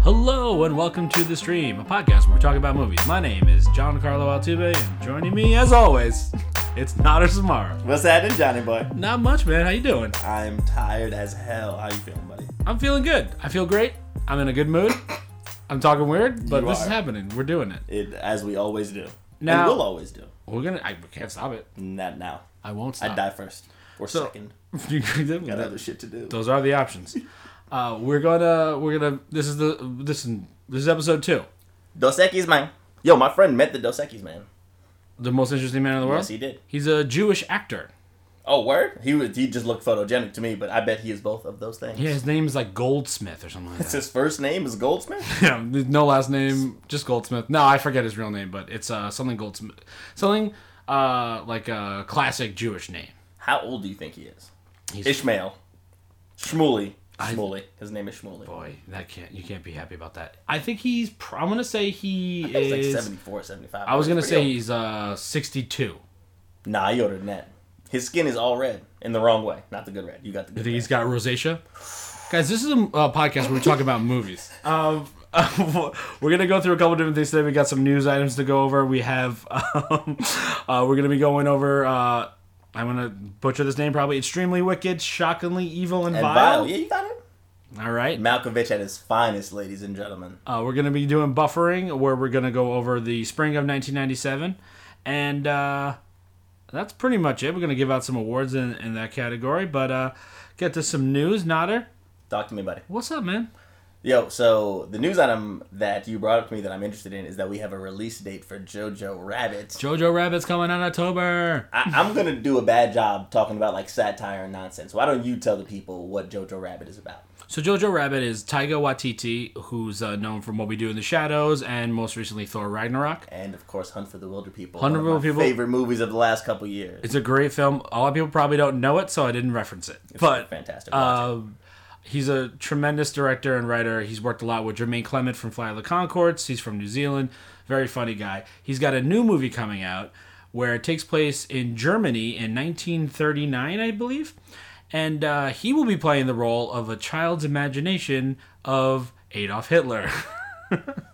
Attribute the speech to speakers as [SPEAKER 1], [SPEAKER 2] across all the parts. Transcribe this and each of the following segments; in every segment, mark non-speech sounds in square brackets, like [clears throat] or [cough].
[SPEAKER 1] Hello and welcome to the stream, a podcast where we talk about movies. My name is John Carlo Altuve, and joining me, as always, it's Nader Samara.
[SPEAKER 2] What's happening, Johnny boy?
[SPEAKER 1] Not much, man. How you doing?
[SPEAKER 2] I'm tired as hell. How you feeling, buddy?
[SPEAKER 1] I'm feeling good. I feel great. I'm in a good mood. I'm talking weird, but
[SPEAKER 2] You
[SPEAKER 1] this is
[SPEAKER 2] are.
[SPEAKER 1] happening. We're doing it.
[SPEAKER 2] It as we always do.
[SPEAKER 1] Now-
[SPEAKER 2] and we'll always do.
[SPEAKER 1] We're gonna. I can't stop it.
[SPEAKER 2] Not now.
[SPEAKER 1] I won't
[SPEAKER 2] I'd
[SPEAKER 1] stop. [laughs]
[SPEAKER 2] die first or
[SPEAKER 1] Oh. So-
[SPEAKER 2] second. Got
[SPEAKER 1] die.
[SPEAKER 2] other shit to do.
[SPEAKER 1] Those are the options. Uh, we're gonna. We're gonna. This is the. This is this is episode two.
[SPEAKER 2] Dos Equis man. Yo, my friend met the Dos Equis man.
[SPEAKER 1] The most interesting man in the world.
[SPEAKER 2] Yes, he did.
[SPEAKER 1] He's a Jewish actor.
[SPEAKER 2] Oh, word? He was. He just looked photogenic to me, but I bet he is both of those things.
[SPEAKER 1] Yeah, his name's like Goldsmith or something like that.
[SPEAKER 2] His first name is Goldsmith.
[SPEAKER 1] yeah, there's no last name, just Goldsmith. No, I forget his real name, but it's uh something Goldsmith, something uh like a classic Jewish name.
[SPEAKER 2] How old do you think he is?
[SPEAKER 1] He's-
[SPEAKER 2] Ishmael. Shmuley. Shmuley. His name is Shmuley.
[SPEAKER 1] Boy, that can't you can't be happy about that. I think he's. Pr- I'm gonna say he
[SPEAKER 2] He was like
[SPEAKER 1] is.
[SPEAKER 2] 74, 75.
[SPEAKER 1] I was gonna
[SPEAKER 2] Pretty
[SPEAKER 1] say
[SPEAKER 2] old.
[SPEAKER 1] he's uh 62.
[SPEAKER 2] Nah, he older than that. His skin is all red in the wrong way, not the good red. You got the
[SPEAKER 1] I
[SPEAKER 2] good.
[SPEAKER 1] think
[SPEAKER 2] red.
[SPEAKER 1] he's got rosacea. Guys, this is a uh, podcast where we talk about movies. [laughs] Um, we're gonna go through a couple different things today. We got some news items to go over. We have [laughs] um, uh, we're gonna be going over. Uh, I'm gonna butcher this name probably. Extremely wicked, shockingly evil, and,
[SPEAKER 2] And
[SPEAKER 1] vile.
[SPEAKER 2] Vile, yeah, you got it.
[SPEAKER 1] All right.
[SPEAKER 2] Malkovich at his finest, ladies and gentlemen.
[SPEAKER 1] Uh, we're gonna be doing buffering, where we're gonna go over the spring of 1997, and uh, that's pretty much it. We're gonna give out some awards in, in that category, but uh, get to some news. Nodder,
[SPEAKER 2] Talk to me, buddy.
[SPEAKER 1] what's up, man?
[SPEAKER 2] Yo, so the news item that you brought up to me that I'm interested in is that we have a release date for Jojo Rabbit.
[SPEAKER 1] Jojo Rabbit's coming out in October.
[SPEAKER 2] I, I'm gonna do a bad job talking about like satire and nonsense. Why don't you tell the people what Jojo Rabbit is about?
[SPEAKER 1] So Jojo Rabbit is Taiga Watiti, who's uh, known from What We Do in the Shadows and most recently Thor Ragnarok.
[SPEAKER 2] And of course, Hunt for the Wilder People.
[SPEAKER 1] Hunt for
[SPEAKER 2] one of
[SPEAKER 1] the
[SPEAKER 2] my
[SPEAKER 1] Wilder People.
[SPEAKER 2] Favorite movies of the last couple years.
[SPEAKER 1] It's a great film. A lot of people probably don't know it, so I didn't reference it. but
[SPEAKER 2] fantastic. Watch it.
[SPEAKER 1] um, he's a tremendous director and writer. He's worked a lot with Jermaine Clement from Fly of the Concords. He's from New Zealand. Very funny guy. He's got a new movie coming out where it takes place in Germany in 1939, I believe. And uh, he will be playing the role of a child's imagination of Adolf Hitler. [laughs]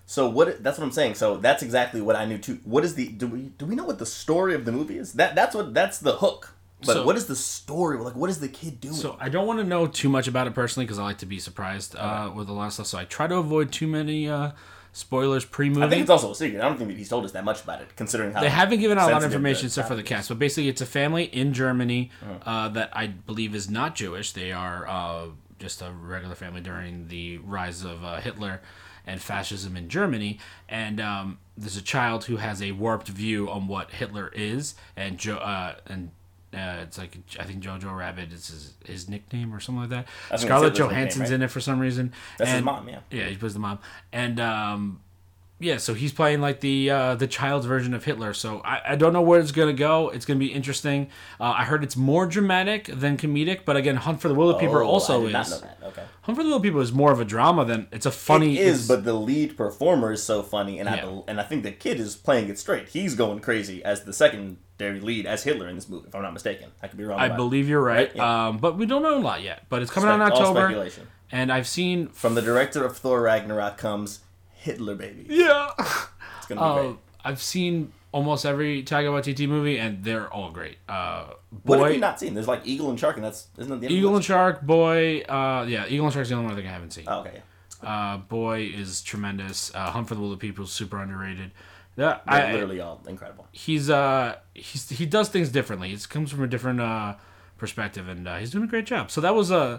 [SPEAKER 2] So what? That's what I'm saying. So that's exactly what I knew too. What is the? Do we do we know what the story of the movie is? That that's what that's the hook. But
[SPEAKER 1] So-
[SPEAKER 2] what is the story? Like what is the kid doing?
[SPEAKER 1] So I don't want to know too much about it personally because I like to be surprised uh, with a lot of stuff. So I try to avoid too many uh, spoilers
[SPEAKER 2] I think
[SPEAKER 1] pre-movie.
[SPEAKER 2] it's also a secret. I don't think that he's told us that much about it, considering how
[SPEAKER 1] They haven't given out a lot of
[SPEAKER 2] sensitive the
[SPEAKER 1] information except for the
[SPEAKER 2] topic is. Uh-huh.
[SPEAKER 1] cast, but basically it's a family in Germany uh, that I believe is not Jewish. They are uh, just a regular family during the rise of uh, Hitler and fascism in Germany. And um, there's a child who has a warped view on what Hitler is, and jo- uh, and. Uh, it's like I think Jojo Rabbit is his, his nickname or something like that.
[SPEAKER 2] it's
[SPEAKER 1] Scarlett
[SPEAKER 2] Hitler's nickname,
[SPEAKER 1] Johansson's
[SPEAKER 2] right?
[SPEAKER 1] in it for some reason.
[SPEAKER 2] That's his
[SPEAKER 1] And-
[SPEAKER 2] mom, yeah.
[SPEAKER 1] yeah, he plays the mom, and um, yeah, so he's playing like the uh, the child's version of Hitler. So I, I don't know where it's gonna go. It's gonna be interesting. Uh, I heard it's more dramatic than comedic, but again, Hunt for the Willow People
[SPEAKER 2] Oh, I
[SPEAKER 1] also
[SPEAKER 2] did not know
[SPEAKER 1] is.
[SPEAKER 2] that. Okay.
[SPEAKER 1] Hunt for the Willow People is more of a drama than it's a funny.
[SPEAKER 2] It is,
[SPEAKER 1] it's-
[SPEAKER 2] but the lead performer is so funny, and I
[SPEAKER 1] Yeah.
[SPEAKER 2] bel- and I think the kid is playing it straight. He's going crazy as the secondary lead as Hitler in this movie, if I'm not mistaken. I could be wrong.
[SPEAKER 1] I
[SPEAKER 2] about it.
[SPEAKER 1] believe you're right.
[SPEAKER 2] Right, yeah.
[SPEAKER 1] Um, but we don't know a lot yet. But it's coming out in
[SPEAKER 2] All
[SPEAKER 1] October,
[SPEAKER 2] speculation.
[SPEAKER 1] and I've seen.
[SPEAKER 2] From the director of Thor Ragnarok comes Hitler, baby.
[SPEAKER 1] Yeah.
[SPEAKER 2] It's gonna
[SPEAKER 1] [laughs]
[SPEAKER 2] be
[SPEAKER 1] Uh,
[SPEAKER 2] great.
[SPEAKER 1] I've seen almost every Taika Waititi movie, and they're all great. Uh,
[SPEAKER 2] What
[SPEAKER 1] boy,
[SPEAKER 2] have you not seen? There's like Eagle and Shark, and that's isn't that the end
[SPEAKER 1] Eagle
[SPEAKER 2] of
[SPEAKER 1] and Shark, Boy, uh, yeah, Eagle and Shark's the only one I think I haven't seen.
[SPEAKER 2] the- oh, okay.
[SPEAKER 1] Uh, Boy is tremendous. Uh, Hunt for the Wilder People is super underrated. That I,
[SPEAKER 2] They're literally all incredible.
[SPEAKER 1] he's uh he's he does things differently. It comes from a different uh perspective, and uh, he's doing a great job. So that was uh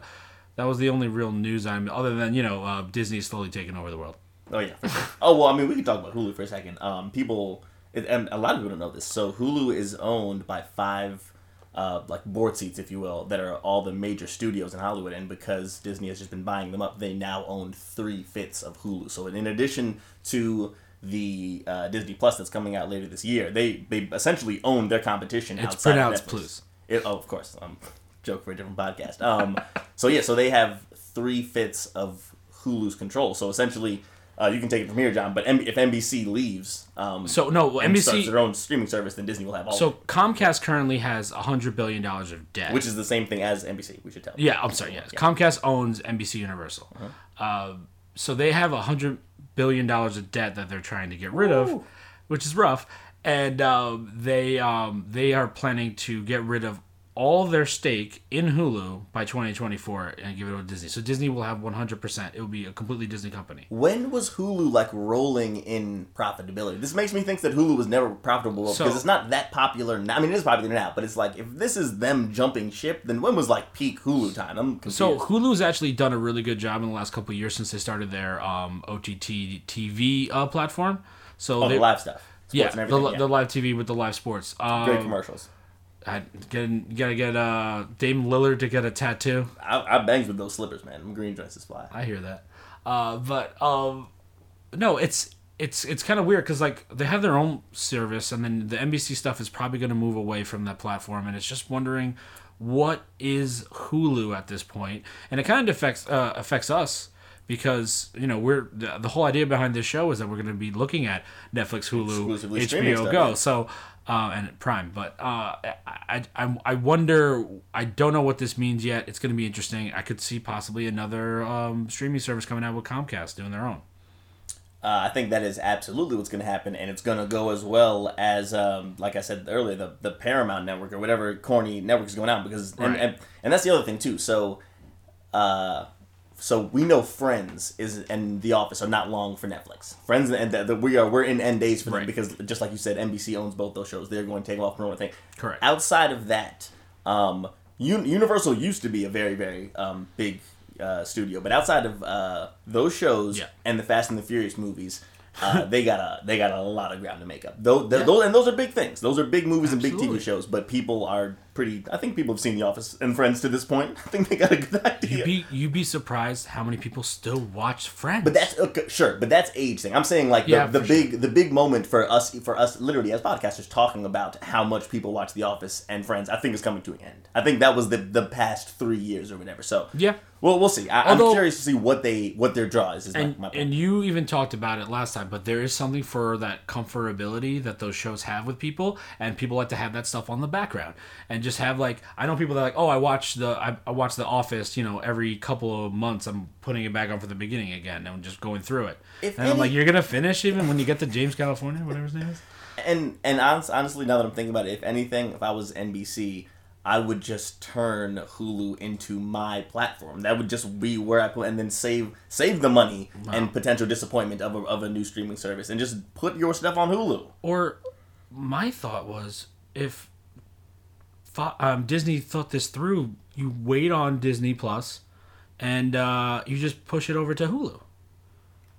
[SPEAKER 1] that was the only real news I'm other than you know uh, Disney slowly taking over the world.
[SPEAKER 2] Oh yeah. For sure.
[SPEAKER 1] [laughs]
[SPEAKER 2] oh well, I mean, we can talk about Hulu for a second. Um, people, it, and a lot of people don't know this. So Hulu is owned by five, uh, like board seats, if you will, that are all the major studios in Hollywood. And because Disney has just been buying them up, they now own three fifths of Hulu. So in addition to the uh, Disney Plus that's coming out later this year, they they essentially own their competition.
[SPEAKER 1] It's
[SPEAKER 2] outside of
[SPEAKER 1] pronounced
[SPEAKER 2] Netflix.
[SPEAKER 1] plus.
[SPEAKER 2] It, oh, of course. Um, [laughs] joke for a different podcast. Um, so yeah, so they have three fifths of Hulu's control. So essentially, uh, you can take it from here, John. But M- if NBC leaves, um,
[SPEAKER 1] So no
[SPEAKER 2] and
[SPEAKER 1] NBC.
[SPEAKER 2] starts their own streaming service, then Disney will have all.
[SPEAKER 1] so Comcast currently has hundred billion dollars of debt,
[SPEAKER 2] which is the same thing as NBC. We should tell. Uh-huh.
[SPEAKER 1] Yeah, I'm sorry. Yes, Comcast owns NBC Universal, uh, so they have a hundred billion dollars of debt that they're trying to get rid of, which is rough. And um, they um, they are planning to get rid of all their stake in Hulu by 2024 and give it to Disney. So Disney will have 100%. It will be a completely Disney company.
[SPEAKER 2] When was Hulu like rolling in profitability? This makes me think that Hulu was never profitable
[SPEAKER 1] So-
[SPEAKER 2] because it's not that popular. Now. I mean, it is popular now, but it's like if this is them jumping ship, then when was like peak Hulu time? I'm confused.
[SPEAKER 1] So Hulu's actually done a really good job in the last couple of years since they started their um, OTT TV uh, platform. So
[SPEAKER 2] oh,
[SPEAKER 1] they,
[SPEAKER 2] the live stuff, sports
[SPEAKER 1] yeah,
[SPEAKER 2] and
[SPEAKER 1] the,
[SPEAKER 2] everything.
[SPEAKER 1] li-
[SPEAKER 2] yeah.
[SPEAKER 1] the live TV with the live sports. Um,
[SPEAKER 2] great commercials.
[SPEAKER 1] I get, gotta get uh, Dame Lillard to get a tattoo.
[SPEAKER 2] I, I bangs with those slippers, man. Them green joints is fly.
[SPEAKER 1] I hear that. Uh, but um, no, it's it's it's kind of weird because like they have their own service, and then the NBC stuff is probably going to move away from that platform, and it's just wondering what is Hulu at this point, and it kind of affects uh, affects us. Because you know we're the, the whole idea behind this show is that we're going to be looking at Netflix, Hulu,
[SPEAKER 2] Exclusively streaming
[SPEAKER 1] HBO
[SPEAKER 2] stuff,
[SPEAKER 1] Go,
[SPEAKER 2] yeah.
[SPEAKER 1] so uh, and Prime. But uh, I, I I wonder. I don't know what this means yet. It's going to be interesting. I could see possibly another um, streaming service coming out with Comcast doing their own.
[SPEAKER 2] Uh, I think that is absolutely what's going to happen, and it's going to go as well as, um, like I said earlier, the, the Paramount Network or whatever corny network is going on because, and,
[SPEAKER 1] Right.
[SPEAKER 2] and, and that's the other thing too. So, uh, so we know Friends is and The Office are not long for Netflix. Friends and the, the, we are we're in end days for them
[SPEAKER 1] Right.
[SPEAKER 2] because just like you said, NBC owns both those shows. They're going to take off from one thing.
[SPEAKER 1] Correct.
[SPEAKER 2] Outside of that, um, Un- Universal used to be a very very um, big uh, studio, but outside of uh, those shows
[SPEAKER 1] Yeah.
[SPEAKER 2] and the Fast and the Furious movies.
[SPEAKER 1] [laughs]
[SPEAKER 2] Uh, they got a they got a lot of ground to make up. Those, those and those are big things. Those are big movies and
[SPEAKER 1] Absolutely.
[SPEAKER 2] big TV shows. But people are pretty. I think people have seen The Office and Friends to this point. [laughs] I think they got a good idea.
[SPEAKER 1] You'd be you'd be surprised how many people still watch Friends.
[SPEAKER 2] But that's okay, sure. But that's age thing. I'm saying like the,
[SPEAKER 1] Yeah,
[SPEAKER 2] the
[SPEAKER 1] for
[SPEAKER 2] big the big moment for us for us literally as podcasters talking about how much people watch The Office and Friends. I think is coming to an end. I think that was the the past three years or whatever. So
[SPEAKER 1] Yeah.
[SPEAKER 2] well we'll see. I,
[SPEAKER 1] Although-
[SPEAKER 2] I'm curious to see what they what their draw is. is my-
[SPEAKER 1] and,
[SPEAKER 2] my, point.
[SPEAKER 1] and you even talked about it last time, but there is something for that comfortability that those shows have with people, and people like to have that stuff on the background and just have like I know people that are like oh I watch the I, I watch The Office you know every couple of months I'm putting it back on from the beginning again and I'm just going through it,
[SPEAKER 2] If
[SPEAKER 1] and I'm like
[SPEAKER 2] any-
[SPEAKER 1] you're gonna finish even when you get to James California whatever his name is.
[SPEAKER 2] And and honest, honestly, now that I'm thinking about it, if anything, if I was NBC, I would just turn Hulu into my platform. That would just be where I put and then save save the money and potential disappointment of a, of a new streaming service and just put your stuff on Hulu.
[SPEAKER 1] Or my thought was if Fo- um, Disney thought this through, you wait on Disney Plus, and uh, you just push it over to Hulu.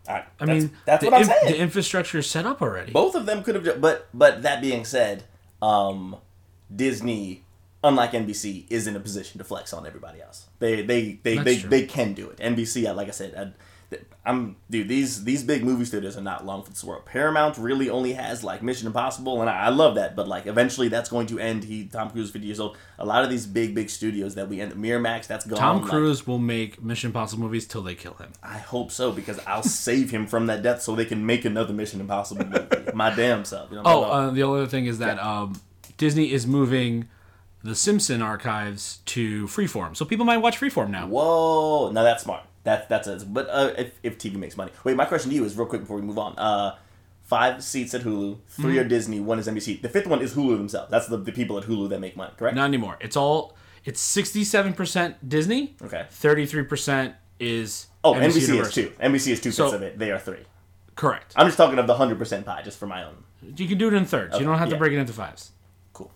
[SPEAKER 2] I,
[SPEAKER 1] I
[SPEAKER 2] that's,
[SPEAKER 1] mean,
[SPEAKER 2] that's
[SPEAKER 1] the,
[SPEAKER 2] what I'm
[SPEAKER 1] inf-
[SPEAKER 2] saying.
[SPEAKER 1] the infrastructure is set up already.
[SPEAKER 2] Both of them could have, ju- but but that being said, um, Disney, unlike NBC, is in a position to flex on everybody else. They they they
[SPEAKER 1] That's
[SPEAKER 2] they,
[SPEAKER 1] true.
[SPEAKER 2] they can do it. NBC, I- like I said, I, th- I'm dude. These these big movie studios are not long for this world. Paramount really only has like Mission Impossible, and I, I love that. But like eventually, that's going to end. He Tom Cruise is 50 years old. A lot of these big big studios that we end Miramax, that's gone.
[SPEAKER 1] Tom
[SPEAKER 2] Like,
[SPEAKER 1] Cruise will make Mission Impossible movies till they kill him.
[SPEAKER 2] I hope so because I'll save him from that death so they can make another Mission Impossible
[SPEAKER 1] [laughs]
[SPEAKER 2] movie. My damn self. You know,
[SPEAKER 1] Oh,
[SPEAKER 2] my-
[SPEAKER 1] uh, the only other thing is that um, Disney is moving the Simpson archives to Freeform, so people might watch Freeform now.
[SPEAKER 2] Whoa, now that's smart. That's that's it. But uh, if if TV makes money, wait. My question to you is real quick before we move on. Uh, five seats at Hulu, 3
[SPEAKER 1] Mm-hmm.
[SPEAKER 2] are Disney, one is NBC. The fifth one is Hulu themselves. That's the, the people at Hulu that make money, correct?
[SPEAKER 1] Not anymore. It's all. It's sixty-seven percent Disney.
[SPEAKER 2] Okay.
[SPEAKER 1] Thirty-three percent is.
[SPEAKER 2] Oh, NBC, is
[SPEAKER 1] Universal.
[SPEAKER 2] two. NBC is two
[SPEAKER 1] So-
[SPEAKER 2] fifths of it. They are three.
[SPEAKER 1] Correct.
[SPEAKER 2] I'm just talking of the hundred percent pie, just for my own.
[SPEAKER 1] You can do it in thirds. you don't have to
[SPEAKER 2] yeah.
[SPEAKER 1] break it into fives.
[SPEAKER 2] Cool.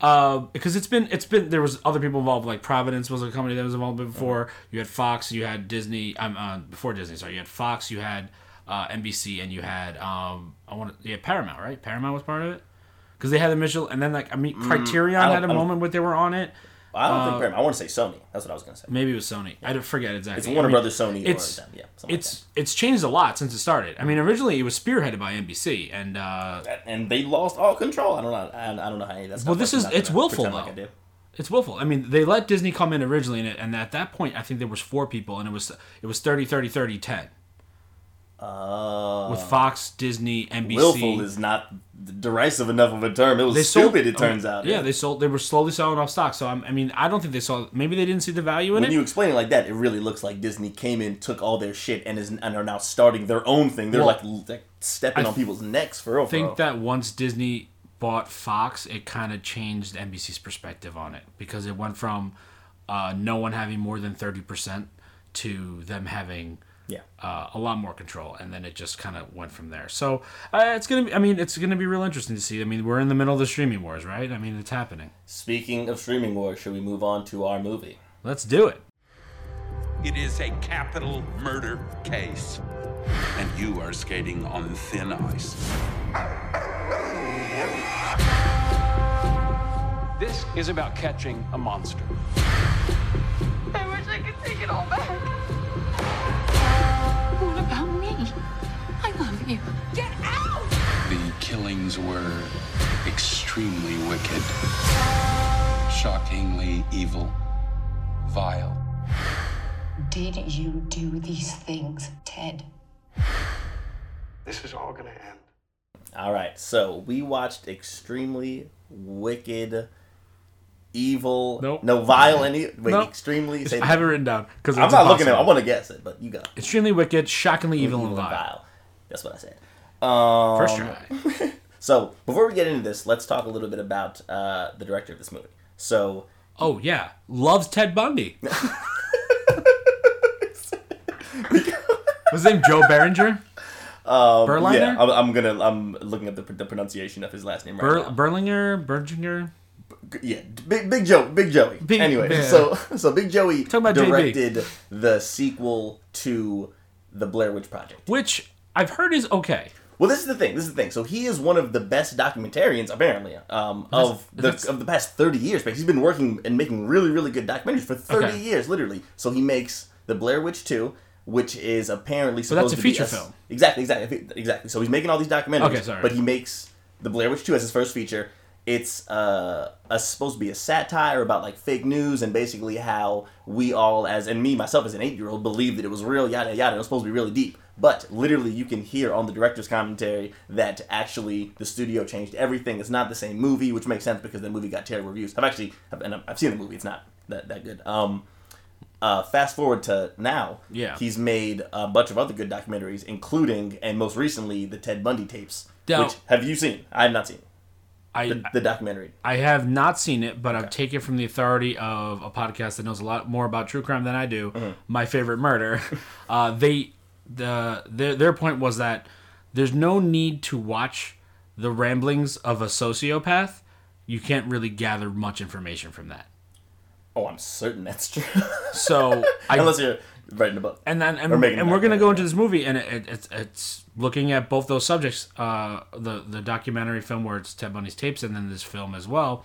[SPEAKER 1] Uh, because it's been it's been there was other people involved like Providence was a company that was involved before.
[SPEAKER 2] Uh-huh.
[SPEAKER 1] You had Fox, you had Disney. I'm uh, before Disney. Sorry, you had Fox, you had uh, NBC, and you had um I want you had Paramount, right? Paramount was part of it because they had the Mitchell, and then like I mean Criterion
[SPEAKER 2] don't-
[SPEAKER 1] had a
[SPEAKER 2] Mm, I don't-
[SPEAKER 1] moment where they were on it.
[SPEAKER 2] I don't
[SPEAKER 1] Uh,
[SPEAKER 2] think Paramount. I want to say Sony. That's what I was gonna say.
[SPEAKER 1] Maybe it was Sony. I don't forget exactly.
[SPEAKER 2] It's Warner
[SPEAKER 1] I mean,
[SPEAKER 2] Brothers, Sony,
[SPEAKER 1] It's
[SPEAKER 2] or them. Yeah. something like
[SPEAKER 1] it's it's changed a lot since it started. I mean, originally it was spearheaded by NBC, and uh,
[SPEAKER 2] that. and they lost all control. I don't know. I, I don't know how any of that's.
[SPEAKER 1] Well, this is- it's willful,
[SPEAKER 2] Like
[SPEAKER 1] though.
[SPEAKER 2] I do.
[SPEAKER 1] It's willful. I mean, they let Disney come in originally, and, and at that point, I think there was four people, and it was it was 30, 30, 30, 10.
[SPEAKER 2] Uh,
[SPEAKER 1] with Fox, Disney, NBC.
[SPEAKER 2] willful is not derisive enough of a term. It was
[SPEAKER 1] they sold
[SPEAKER 2] stupid. it turns out.
[SPEAKER 1] Yeah, they sold. They were slowly selling off stock. So I'm, I mean, I don't think they saw. Maybe they didn't see the value in
[SPEAKER 2] when
[SPEAKER 1] it.
[SPEAKER 2] you explain it like that, it really looks like Disney came in, took all their shit, and is and are now starting their own thing. They're
[SPEAKER 1] Well,
[SPEAKER 2] like, l- like stepping
[SPEAKER 1] I
[SPEAKER 2] on people's necks for real.
[SPEAKER 1] I think
[SPEAKER 2] for real.
[SPEAKER 1] that once Disney bought Fox, it kind of changed NBC's perspective on it because it went from uh, no one having more than thirty percent to them having
[SPEAKER 2] yeah,
[SPEAKER 1] uh, a lot more control, and then it just kind of went from there. So uh, it's gonna be. I mean, it's gonna be real interesting to see. I mean, we're in the middle of the streaming wars, right? I mean, it's happening.
[SPEAKER 2] Speaking of streaming wars, should we move on to our movie?
[SPEAKER 1] Let's do it.
[SPEAKER 3] It is a capital murder case. And you are skating on thin ice.
[SPEAKER 4] This is about catching a monster.
[SPEAKER 5] I wish I could take it all back. What about me? I love you. Get out!
[SPEAKER 3] The killings were extremely wicked, shockingly evil, vile.
[SPEAKER 6] Did you do these things, Ted?
[SPEAKER 7] This is all gonna end.
[SPEAKER 2] All right, so we watched extremely wicked, evil,
[SPEAKER 1] Nope.
[SPEAKER 2] no vile, any wait,
[SPEAKER 1] Nope.
[SPEAKER 2] extremely.
[SPEAKER 1] [laughs]
[SPEAKER 2] Say,
[SPEAKER 1] I have it written down because
[SPEAKER 2] I'm not looking at. it. I want to guess it, but you got it.
[SPEAKER 1] Extremely wicked, shockingly evil, and
[SPEAKER 2] Evil and
[SPEAKER 1] vile.
[SPEAKER 2] vile. That's what I said. Um, [laughs]
[SPEAKER 1] First try.
[SPEAKER 2] So before we get into this, let's talk a little bit about uh, the director of this movie. So
[SPEAKER 1] Oh yeah, loves Ted
[SPEAKER 2] [laughs]
[SPEAKER 1] Bundy. Was his name Joe Berenger? Berliner.
[SPEAKER 2] Um, yeah, I'm, I'm gonna I'm looking up the, pr- the pronunciation of his last name right
[SPEAKER 1] Ber-
[SPEAKER 2] now.
[SPEAKER 1] Berlinger, Berlinger.
[SPEAKER 2] G- yeah, d- big big Joe, big Joey.
[SPEAKER 1] Big-
[SPEAKER 2] anyway,
[SPEAKER 1] yeah.
[SPEAKER 2] so so big Joey
[SPEAKER 1] about JB.
[SPEAKER 2] directed the sequel to the Blair Witch Project.
[SPEAKER 1] which I've heard is okay.
[SPEAKER 2] Well, this is the thing. This is the thing. So he is one of the best documentarians, apparently, um, of the
[SPEAKER 1] that's-
[SPEAKER 2] of the past thirty years. Because he's been working and making really, really good documentaries for thirty
[SPEAKER 1] Okay.
[SPEAKER 2] years, literally. So he makes the Blair Witch Two, which is apparently supposed
[SPEAKER 1] that's a
[SPEAKER 2] to
[SPEAKER 1] feature
[SPEAKER 2] be
[SPEAKER 1] film.
[SPEAKER 2] Exactly, exactly, exactly. So he's making all these documentaries,
[SPEAKER 1] Okay, sorry.
[SPEAKER 2] but he makes the Blair Witch Two as his first feature. It's uh, a, supposed to be a satire about like fake news and basically how we all, as and me myself as an eight year old, believed that it was real, yada yada. It was supposed to be really deep, but literally you can hear on the director's commentary that actually the studio changed everything. It's not the same movie, which makes sense because the movie got terrible reviews. I've actually, I've, and I've- I've seen the movie. It's not that that good. Um, uh, fast forward to now,
[SPEAKER 1] Yeah.
[SPEAKER 2] he's made a bunch of other good documentaries, including and most recently the Ted Bundy tapes,
[SPEAKER 1] Now-
[SPEAKER 2] which have you seen? I have not seen
[SPEAKER 1] I
[SPEAKER 2] the, the documentary.
[SPEAKER 1] I have not seen it, but I've taken from the authority of a podcast that knows a lot more about true crime than I do.
[SPEAKER 2] Mm-hmm.
[SPEAKER 1] My favorite
[SPEAKER 2] [laughs]
[SPEAKER 1] murder. uh, they the their their point was that there's no need to watch the ramblings of a sociopath. You can't really gather much information from that.
[SPEAKER 2] Oh, I'm certain that's true. [laughs]
[SPEAKER 1] So I
[SPEAKER 2] Unless you're writing a book.
[SPEAKER 1] and then and,
[SPEAKER 2] Or making
[SPEAKER 1] and
[SPEAKER 2] that
[SPEAKER 1] we're gonna
[SPEAKER 2] better,
[SPEAKER 1] go
[SPEAKER 2] yeah.
[SPEAKER 1] into this movie and it, it, it's it's looking at both those subjects uh the the documentary film where it's Ted Bundy's tapes and then this film as well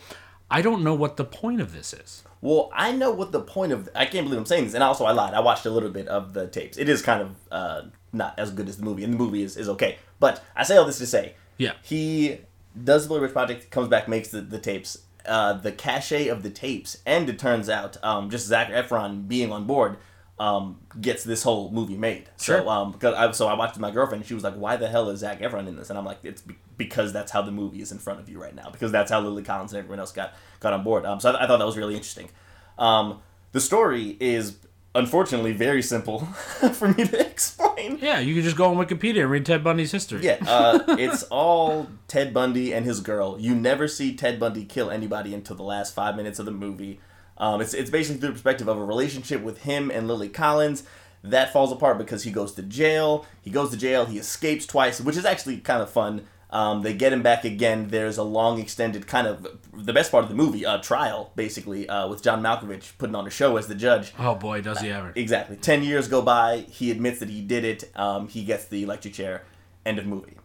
[SPEAKER 1] I don't know what the point of this is
[SPEAKER 2] Well, I know what the point of. I can't believe I'm saying this, and also I lied. I watched a little bit of the tapes. It is kind of uh, not as good as the movie, and the movie is, is okay. But I say all this to say,
[SPEAKER 1] Yeah.
[SPEAKER 2] he does the Blair Witch Project, comes back, makes the, the tapes, uh, the cachet of the tapes, and it turns out um, just Zach Efron being on board um, gets this whole movie made.
[SPEAKER 1] Sure.
[SPEAKER 2] So um, because I, so I watched with my girlfriend, and she was like, "Why the hell is Zach Efron in this?" And I'm like, "It's be- because that's how the movie is in front of you right now, because that's how Lily Collins and everyone else got got on board." Um, so I, I thought that was really interesting. Um, the story is unfortunately very simple [laughs] for me to explain.
[SPEAKER 1] yeah you can just go on Wikipedia and read Ted Bundy's history
[SPEAKER 2] Yeah, uh, it's all Ted Bundy and his girl. You never see Ted Bundy kill anybody until the last five minutes of the movie. Um, it's it's basically through the perspective of a relationship with him and Lily Collins that falls apart because he goes to jail. He goes to jail. He escapes twice, which is actually kind of fun. Um, they get him back again. There's a long, extended kind of the best part of the movie, uh, trial basically, uh, with John Malkovich putting on a show as the judge.
[SPEAKER 1] oh boy does he ever
[SPEAKER 2] Exactly. Ten years go by. He admits that he did it. Um, he gets the electric chair. End of movie.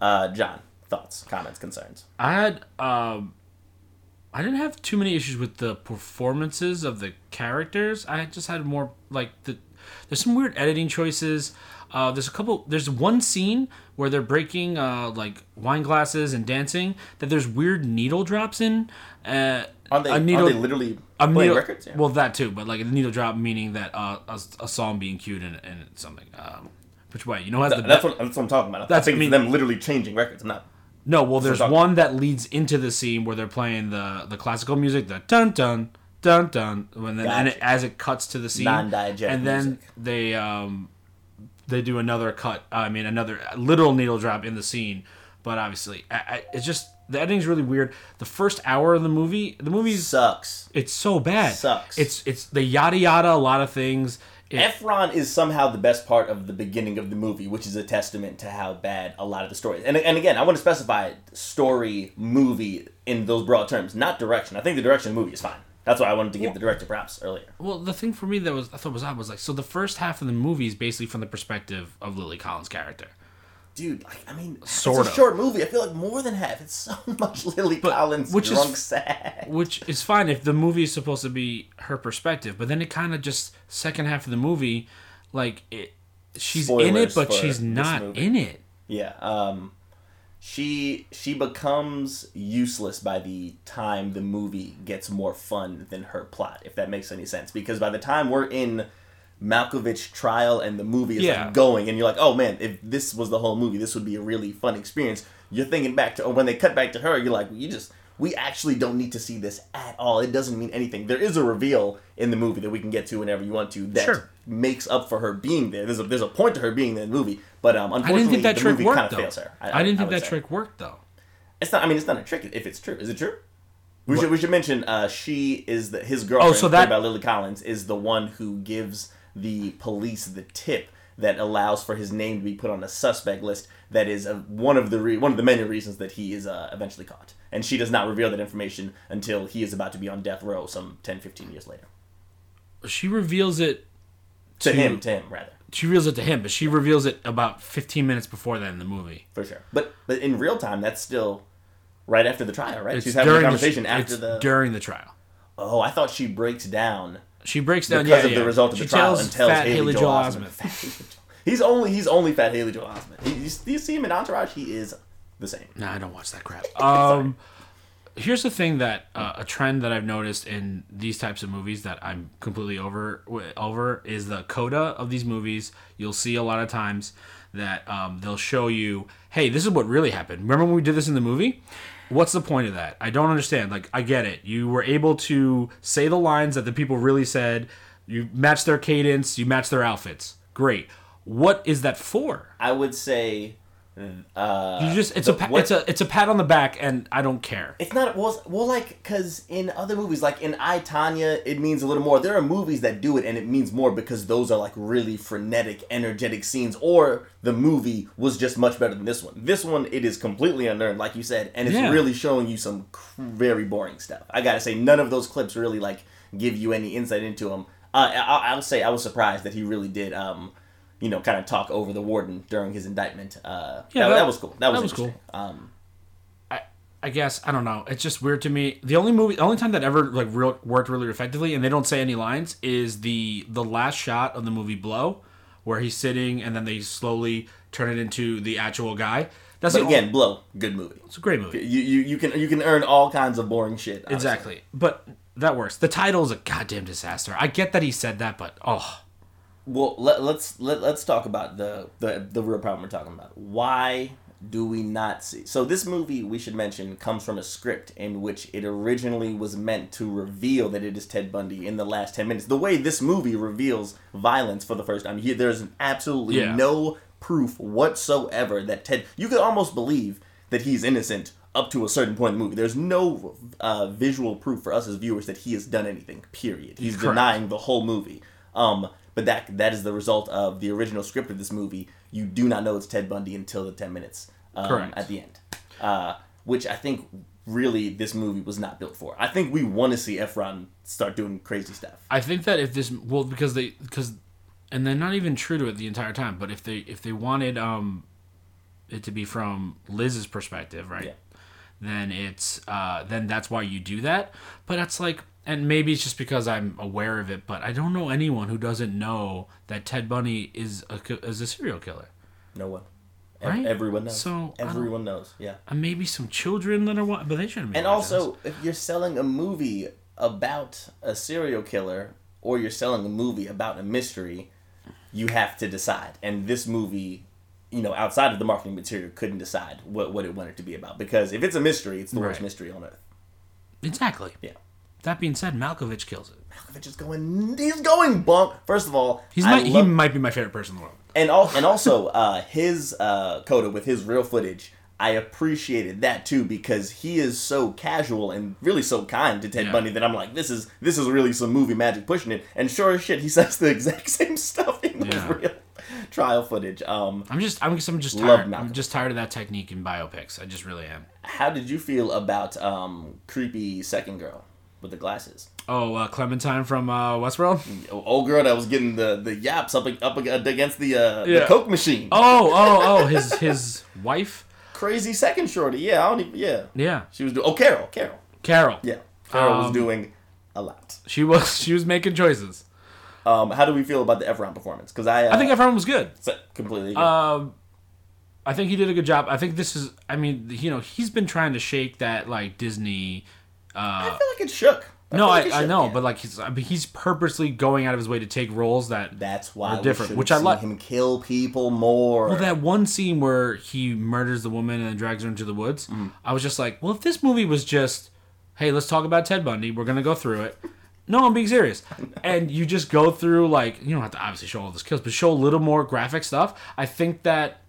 [SPEAKER 2] Uh, John, thoughts, comments, concerns.
[SPEAKER 1] I had um I didn't have too many issues with the performances of the characters. I just had more like the there's some weird editing choices. Uh, there's a couple. There's one scene where they're breaking uh, like wine glasses and dancing. That there's weird needle drops in. Uh,
[SPEAKER 2] Are they,
[SPEAKER 1] a needle-
[SPEAKER 2] are they literally
[SPEAKER 1] a
[SPEAKER 2] playing
[SPEAKER 1] needle-
[SPEAKER 2] records? Yeah.
[SPEAKER 1] Well, that too, but like a needle drop meaning that uh, a, a song being cued in, in something. Um, Which way? You know, who has the
[SPEAKER 2] That's
[SPEAKER 1] be-
[SPEAKER 2] what, that's what I'm talking about.
[SPEAKER 1] That's-
[SPEAKER 2] I think
[SPEAKER 1] I mean-
[SPEAKER 2] them literally changing records. I'm not.
[SPEAKER 1] No, well, there's
[SPEAKER 2] Doc-
[SPEAKER 1] one that leads into the scene where they're playing the the classical music, the dun dun dun dun, and then and it,
[SPEAKER 2] Gotcha.
[SPEAKER 1] as it cuts to the scene,
[SPEAKER 2] Non-diegetic
[SPEAKER 1] and then
[SPEAKER 2] music.
[SPEAKER 1] they um they do another cut. I mean, another literal needle drop in the scene, but obviously, I, I, it's just the editing's really weird. The first hour of the movie, the movie's
[SPEAKER 2] Sucks.
[SPEAKER 1] it's so bad.
[SPEAKER 2] Sucks.
[SPEAKER 1] It's it's the yada yada a lot of things. It-
[SPEAKER 2] Efron is somehow the best part of the beginning of the movie, which is a testament to how bad a lot of the story is. And, and again, I want to specify story, movie in those broad terms, not direction. I think the direction of the movie is fine. That's why I wanted to give the director props earlier.
[SPEAKER 1] Well, the thing for me that was I thought was odd was like so the first half of the movie is basically from the perspective of Lily Collins' character.
[SPEAKER 2] Dude, like, I mean,
[SPEAKER 1] Sort
[SPEAKER 2] it's a
[SPEAKER 1] of.
[SPEAKER 2] short movie. I feel like more than half. It's so [laughs] much Lily Collins
[SPEAKER 1] which is-
[SPEAKER 2] drunk sad.
[SPEAKER 1] which is fine if the movie is supposed to be her perspective but then it kind of just second half of the movie like it she's in it
[SPEAKER 2] Spoilers
[SPEAKER 1] but
[SPEAKER 2] for
[SPEAKER 1] she's
[SPEAKER 2] this
[SPEAKER 1] not
[SPEAKER 2] movie.
[SPEAKER 1] in it
[SPEAKER 2] Yeah. Um, she she becomes useless by the time the movie gets more fun than her plot, if that makes any sense. Because by the time we're in Malkovich trial and the movie is
[SPEAKER 1] Yeah.
[SPEAKER 2] like going, and you're like, oh man, if this was the whole movie, this would be a really fun experience. You're thinking back to, or when they cut back to her, you're like, you just. We actually don't need to see this at all. It doesn't mean anything. There is a reveal in the movie that we can get to whenever you want to that
[SPEAKER 1] Sure.
[SPEAKER 2] makes up for her being there. There's a there's a point to her being there in the movie, but um,
[SPEAKER 1] i didn't
[SPEAKER 2] Unfortunately,
[SPEAKER 1] think that
[SPEAKER 2] the
[SPEAKER 1] trick
[SPEAKER 2] movie
[SPEAKER 1] worked
[SPEAKER 2] kinda
[SPEAKER 1] though
[SPEAKER 2] fails her.
[SPEAKER 1] I, didn't think
[SPEAKER 2] would
[SPEAKER 1] that
[SPEAKER 2] say.
[SPEAKER 1] trick worked though
[SPEAKER 2] It's not. I mean, it's not a trick if it's true. Is it true? We should we should mention uh, she is the his girlfriend
[SPEAKER 1] Oh, so that-
[SPEAKER 2] played by Lily Collins is the one who gives the police the tip that allows for his name to be put on a suspect list. That is uh, one of the re- one of the many reasons that he is uh, eventually caught. And she does not reveal that information until he is about to be on death row some 10, 15 years later.
[SPEAKER 1] she reveals it
[SPEAKER 2] To him, to him rather.
[SPEAKER 1] she reveals it to him but she reveals it about 15 minutes before that in the movie
[SPEAKER 2] for sure. But but in real time, that's still right after the trial, right? She's having a
[SPEAKER 1] during
[SPEAKER 2] conversation
[SPEAKER 1] the,
[SPEAKER 2] after
[SPEAKER 1] it's
[SPEAKER 2] the.
[SPEAKER 1] during the trial
[SPEAKER 2] oh, I thought she breaks down
[SPEAKER 1] she breaks down
[SPEAKER 2] because
[SPEAKER 1] yeah,
[SPEAKER 2] of
[SPEAKER 1] yeah.
[SPEAKER 2] the result of
[SPEAKER 1] she
[SPEAKER 2] the trial
[SPEAKER 1] tells
[SPEAKER 2] and tells
[SPEAKER 1] fat
[SPEAKER 2] Haley, Joel, Osment.
[SPEAKER 1] Osment.
[SPEAKER 2] [laughs] he's only he's only fat Haley Joel Osment. He, you, you see him in Entourage, he is the same.
[SPEAKER 1] Nah, I don't watch that crap. Um, here's the thing that uh, a trend that I've noticed in these types of movies that I'm completely over wi- over is the coda of these movies. You'll see a lot of times that um, they'll show you, "Hey, this is what really happened. Remember when we did this in the movie? What's the point of that? I don't understand. Like, I get it. You were able to say the lines that the people really said. You matched their cadence. You matched their outfits. Great. What is that for?
[SPEAKER 2] I would say
[SPEAKER 1] You just it's a pa-
[SPEAKER 2] what-
[SPEAKER 1] it's a it's a pat on the back, and I don't care.
[SPEAKER 2] it's not well, it's- well like because in other movies like in i tanya it means a little more there are movies that do it and it means more because those are like really frenetic energetic scenes or the movie was just much better than this one this one it is completely unearned like you said and it's
[SPEAKER 1] Yeah.
[SPEAKER 2] really showing you some cr- very boring stuff i gotta say none of those clips really like give you any insight into them uh, I- I- i'll say i was surprised that he really did um you know kind of talk over the warden during his indictment uh
[SPEAKER 1] Yeah,
[SPEAKER 2] that,
[SPEAKER 1] that-
[SPEAKER 2] that was cool that was,
[SPEAKER 1] that was cool.
[SPEAKER 2] interesting. um
[SPEAKER 1] I, I guess I don't know. It's just weird to me. The only movie, the only time that ever like real, worked really effectively, and they don't say any lines, is the the last shot of the movie Blow, where he's sitting, and then they slowly turn it into the actual guy. That's
[SPEAKER 2] but
[SPEAKER 1] the
[SPEAKER 2] again
[SPEAKER 1] only-
[SPEAKER 2] blow good movie
[SPEAKER 1] it's a great movie.
[SPEAKER 2] You, you you can you can earn all kinds of boring shit. honestly.
[SPEAKER 1] Exactly, but that works. The title's a goddamn disaster. I get that he said that, but oh,
[SPEAKER 2] Well, let, let's let, let's talk about the, the the real problem we're talking about. Why do we not see? So this movie we should mention comes from a script in which it originally was meant to reveal that it is Ted Bundy in the last ten minutes. The way this movie reveals violence for the first time, here there's absolutely
[SPEAKER 1] Yeah.
[SPEAKER 2] no proof whatsoever that Ted. You could almost believe that he's innocent up to a certain point in the movie. There's no uh, visual proof for us as viewers that he has done anything. Period. He's
[SPEAKER 1] Correct.
[SPEAKER 2] denying the whole movie. Um, but that that is the result of the original script of this movie. You do not know it's Ted Bundy until the ten minutes um,
[SPEAKER 1] Correct.
[SPEAKER 2] at the end, uh, which I think really this movie was not built for. I think we want to see Efron start doing crazy stuff.
[SPEAKER 1] I think that if this well because they because and they're not even true to it the entire time, but if they if they wanted um it to be from Liz's perspective, right?
[SPEAKER 2] Yeah.
[SPEAKER 1] Then it's uh then that's why you do that. But that's like and maybe it's just because I'm aware of it, but I don't know anyone who doesn't know that Ted Bundy is a ki- is a serial killer.
[SPEAKER 2] No one, E-
[SPEAKER 1] Right?
[SPEAKER 2] everyone knows.
[SPEAKER 1] So, I don't-
[SPEAKER 2] everyone knows. Yeah.
[SPEAKER 1] And maybe some children that are wa- but they shouldn't be.
[SPEAKER 2] And
[SPEAKER 1] watching this.
[SPEAKER 2] also, if you're selling a movie about a serial killer or you're selling a movie about a mystery, you have to decide. And this movie, you know, outside of the marketing material, couldn't decide what, what it wanted to be about. Because if it's a mystery, it's the worst
[SPEAKER 1] Right.
[SPEAKER 2] mystery on earth.
[SPEAKER 1] Exactly.
[SPEAKER 2] Yeah.
[SPEAKER 1] That being said, Malkovich kills it.
[SPEAKER 2] Malkovich is going, he's going bunk. First of all,
[SPEAKER 1] He's
[SPEAKER 2] I
[SPEAKER 1] my,
[SPEAKER 2] love-
[SPEAKER 1] he might be my favorite person in the world.
[SPEAKER 2] and all, and also uh, his uh, coda with his real footage. I appreciated that too because he is so casual and really so kind to Ted
[SPEAKER 1] Yeah.
[SPEAKER 2] Bundy that I'm like, this is this is really some movie magic pushing it. And sure as shit, he [laughs] says the exact same stuff in the
[SPEAKER 1] Yeah.
[SPEAKER 2] real trial footage. Um,
[SPEAKER 1] I'm just I'm, just- I'm just
[SPEAKER 2] Love
[SPEAKER 1] tired. I'm
[SPEAKER 2] Malkovich.
[SPEAKER 1] just tired of that technique in biopics. I just really am.
[SPEAKER 2] how did you feel about um, creepy second girl with the glasses?
[SPEAKER 1] Oh, uh, Clementine from uh, Westworld.
[SPEAKER 2] Old girl that was getting the, the yaps up up against the uh, the
[SPEAKER 1] Yeah.
[SPEAKER 2] coke machine.
[SPEAKER 1] Oh, oh, oh, his his wife.
[SPEAKER 2] Crazy second shorty. Yeah, I don't even. Yeah,
[SPEAKER 1] Yeah,
[SPEAKER 2] she was doing. Oh, Carol, Carol.
[SPEAKER 1] Carol.
[SPEAKER 2] Yeah, Farrell was
[SPEAKER 1] Um,
[SPEAKER 2] doing a lot.
[SPEAKER 1] she was [laughs] she was making choices.
[SPEAKER 2] Um, how do we feel about the Efron performance? Because I, uh,
[SPEAKER 1] I think Uh, everyone was good.
[SPEAKER 2] s- completely. agree.
[SPEAKER 1] I think he did a good job. I think this is. I mean, you know, he's been trying to shake that like Disney.
[SPEAKER 2] I feel like it shook. I
[SPEAKER 1] No,
[SPEAKER 2] feel
[SPEAKER 1] I,
[SPEAKER 2] like it
[SPEAKER 1] I
[SPEAKER 2] shook,
[SPEAKER 1] know,
[SPEAKER 2] yeah.
[SPEAKER 1] but like he's I mean, he's purposely going out of his way to take roles that
[SPEAKER 2] that's why
[SPEAKER 1] are different,
[SPEAKER 2] we
[SPEAKER 1] which
[SPEAKER 2] which
[SPEAKER 1] I like.
[SPEAKER 2] Him kill people more.
[SPEAKER 1] Well, that one scene where he murders the woman and then drags her into the woods, I was just like, well, if this movie was just, hey, let's talk about Ted Bundy, we're gonna go through it. No, I'm being serious. And you just go through like you don't have to obviously show all those kills, but show a little more graphic stuff. I think that,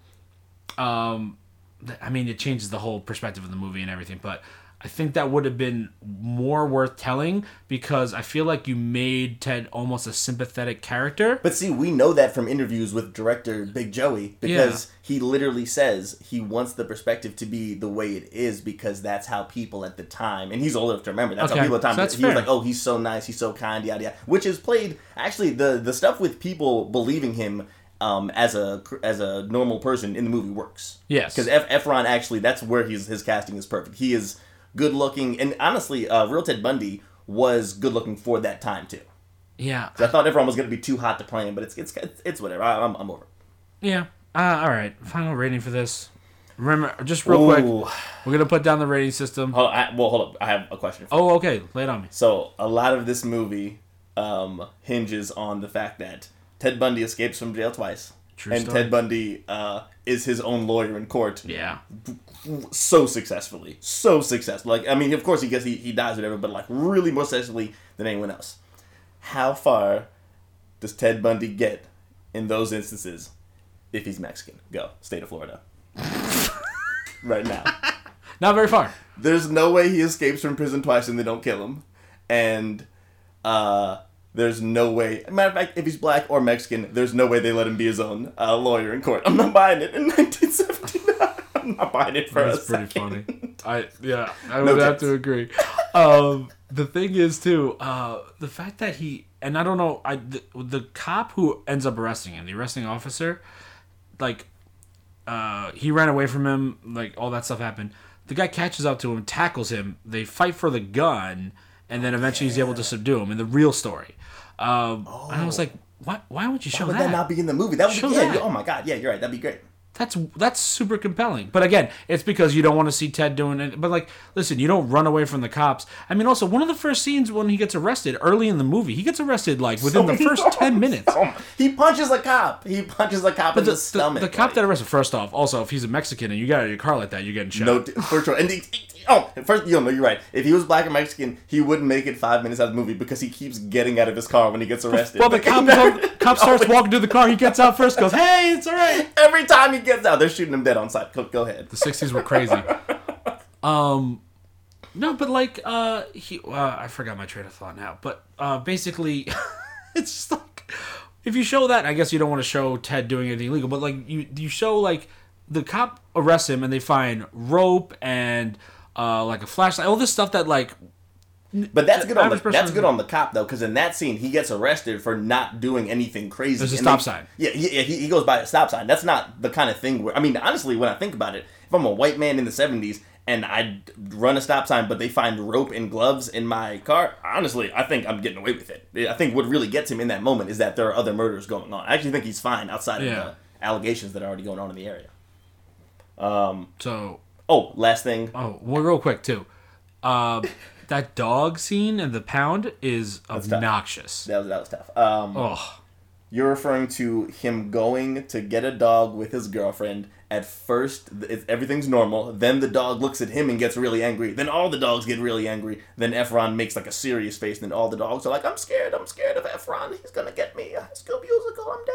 [SPEAKER 1] um, th- I mean, it changes the whole perspective of the movie and everything, but. I think that would have been more worth telling because I feel like you made Ted almost a sympathetic character.
[SPEAKER 2] but see, we know that from interviews with director Big Joey because he literally says he wants the perspective to be the way it is because that's how people at the time, and he's old enough to remember. That's
[SPEAKER 1] Okay,
[SPEAKER 2] how people at the time.
[SPEAKER 1] so that's
[SPEAKER 2] he was
[SPEAKER 1] fair.
[SPEAKER 2] like, "Oh, he's so nice, he's so kind, yada yada," which is played actually the the stuff with people believing him. Um, as a as a normal person in the movie works.
[SPEAKER 1] Yes.
[SPEAKER 2] because Ef- Efron actually that's where he's his casting is perfect. He is good looking, and honestly, uh, real Ted Bundy was good looking for that time too.
[SPEAKER 1] Yeah,
[SPEAKER 2] I thought Efron was gonna be too hot to play him, but it's it's it's, it's whatever. I, I'm I'm over. it.
[SPEAKER 1] Yeah. Uh, all right. Final rating for this. Remember, just real quick,
[SPEAKER 2] Ooh.
[SPEAKER 1] we're gonna put down the rating system.
[SPEAKER 2] Hold on, I, well, hold up. I have a question. For you.
[SPEAKER 1] Oh, okay. Lay it on me.
[SPEAKER 2] So a lot of this movie um, hinges on the fact that Ted Bundy escapes from jail twice,
[SPEAKER 1] True
[SPEAKER 2] and
[SPEAKER 1] story.
[SPEAKER 2] Ted Bundy uh, is his own lawyer in court.
[SPEAKER 1] Yeah.
[SPEAKER 2] so successfully, so successful. Like, I mean, of course, he gets he, he dies, or whatever, but like really more successfully than anyone else. How far does Ted Bundy get in those instances if he's Mexican? Go state of Florida, right now.
[SPEAKER 1] Not very far.
[SPEAKER 2] There's no way he escapes from prison twice and they don't kill him, and uh, there's no way. Matter of fact, if he's black or Mexican, there's no way they let him be his own uh, lawyer in court. I'm not buying it in [laughs] 1979. I'm not buying it for a [laughs]
[SPEAKER 1] That's pretty funny.
[SPEAKER 2] second.
[SPEAKER 1] I yeah, I
[SPEAKER 2] No
[SPEAKER 1] would have
[SPEAKER 2] chance.
[SPEAKER 1] to agree. Um, the thing is too, uh, the fact that he and I don't know, I the, the cop who ends up arresting him, the arresting officer, like, uh, he ran away from him. Like all that stuff happened. The guy catches up to him, tackles him. They fight for the gun, and then eventually he's able to subdue him in the real story. Um, And I was like, why? Why would you show
[SPEAKER 2] Oh. Would
[SPEAKER 1] Oh, that?
[SPEAKER 2] that not be in the movie? That would
[SPEAKER 1] Show
[SPEAKER 2] be, yeah,
[SPEAKER 1] that.
[SPEAKER 2] you- oh my god, yeah, you're right. That'd be great.
[SPEAKER 1] That's that's super compelling. But again, it's because you don't want to see Ted doing it. But like, listen, you don't run away from the cops. I mean, also one of the first scenes when he gets arrested early in the movie, he gets arrested like within the first ten minutes.
[SPEAKER 2] Oh my- he punches a cop. He punches a cop in the, stomach.
[SPEAKER 1] the cop
[SPEAKER 2] like-
[SPEAKER 1] that arrested, first off, also if he's a Mexican and you got out of your car like that, you're getting shot.
[SPEAKER 2] no, t- for sure. And he, oh, first, you know, you're right. If he was black or Mexican, he wouldn't make it five minutes out of the movie because he keeps getting out of his car when he gets arrested. [laughs]
[SPEAKER 1] well, the cop,
[SPEAKER 2] every,
[SPEAKER 1] cop starts walking to the car. He gets out first, goes, "Hey, it's all right."
[SPEAKER 2] every time he gets out, they're shooting him dead on sight. Go, go ahead.
[SPEAKER 1] The sixties were crazy. Um, no, but like uh, he, uh, I forgot my train of thought now. But uh, basically, [laughs] it's just like if you show that, I guess you don't want to show Ted doing anything illegal. But like you, you show like the cop arrests him and they find rope and uh, like a flashlight, all this stuff that like
[SPEAKER 2] But that's good on the,
[SPEAKER 1] average person
[SPEAKER 2] that's
[SPEAKER 1] is-
[SPEAKER 2] good on the cop though, because in that scene he gets arrested for not doing anything crazy.
[SPEAKER 1] There's a
[SPEAKER 2] And
[SPEAKER 1] stop
[SPEAKER 2] they-
[SPEAKER 1] sign.
[SPEAKER 2] Yeah, yeah, yeah, he, he goes by a stop sign. That's not the kind of thing where I mean, honestly, when I think about it, if I'm a white man in the '70s and I run a stop sign, but they find rope and gloves in my car, honestly, I think I'm getting away with it. I think what really gets him in that moment is that there are other murders going on. I actually think he's fine outside
[SPEAKER 1] Yeah.
[SPEAKER 2] of the allegations that are already going on in the area.
[SPEAKER 1] so
[SPEAKER 2] Oh, last thing.
[SPEAKER 1] Oh, well, real quick too. Uh, that dog scene and the pound is
[SPEAKER 2] tough.
[SPEAKER 1] obnoxious.
[SPEAKER 2] That was that was tough. Um,
[SPEAKER 1] Oh,
[SPEAKER 2] You're referring to him going to get a dog with his girlfriend. At first, th- it, everything's normal. Then the dog looks at him and gets really angry. Then all the dogs get really angry. Then Efron makes like a serious face. Then all the dogs are like, "I'm scared. I'm scared of Efron. He's gonna get me. High School Musical. I'm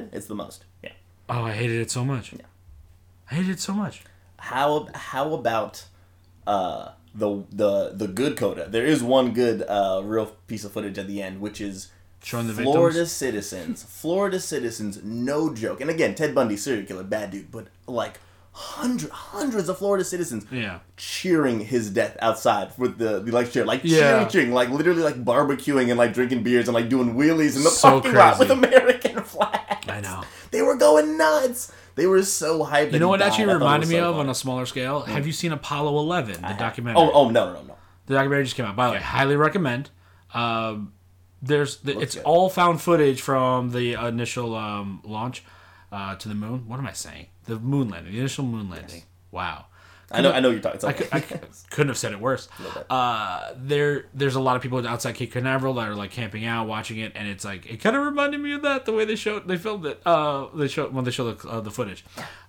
[SPEAKER 2] dead." It's the most. Yeah.
[SPEAKER 1] Oh, I hated it so much. I hated it so much.
[SPEAKER 2] How how about uh, the the the good coda? There is one good uh, real piece of footage at the end, which is
[SPEAKER 1] Showing the victims?
[SPEAKER 2] Florida
[SPEAKER 1] [laughs]
[SPEAKER 2] citizens. Florida citizens, no joke. And again, Ted Bundy, serial killer, bad dude, but like hundred hundreds of Florida citizens
[SPEAKER 1] Yeah.
[SPEAKER 2] cheering his death outside with the, the like chair, like
[SPEAKER 1] Yeah.
[SPEAKER 2] cheering, cheering, like literally like barbecuing and like drinking beers and like doing wheelies in the
[SPEAKER 1] So
[SPEAKER 2] parking lot with
[SPEAKER 1] crazy.
[SPEAKER 2] American [laughs] flags.
[SPEAKER 1] I know.
[SPEAKER 2] They were going nuts. They were so hyped. that
[SPEAKER 1] You know
[SPEAKER 2] he
[SPEAKER 1] what
[SPEAKER 2] died. I
[SPEAKER 1] actually
[SPEAKER 2] thought it
[SPEAKER 1] reminded
[SPEAKER 2] was
[SPEAKER 1] me
[SPEAKER 2] so
[SPEAKER 1] of on
[SPEAKER 2] funny.
[SPEAKER 1] a smaller scale? Have you seen Apollo 11, the documentary?
[SPEAKER 2] Oh, oh no, no, no, no.
[SPEAKER 1] The documentary just came out. By the way, highly recommend. Um, there's the, it's
[SPEAKER 2] good.
[SPEAKER 1] all found footage from the initial um, launch uh, to the moon. What am I saying? The moon landing, the initial moon landing. Wow.
[SPEAKER 2] I know, I know you're talking. It's
[SPEAKER 1] I,
[SPEAKER 2] okay.
[SPEAKER 1] cou- I
[SPEAKER 2] [laughs]
[SPEAKER 1] cou- couldn't have said it worse.
[SPEAKER 2] bit.
[SPEAKER 1] Uh, there, there's a lot of people outside Cape Canaveral that are like camping out, watching it, and it's like it kind of reminded me of that the way they showed, they filmed it. Uh, they showed when they showed the, uh, the footage.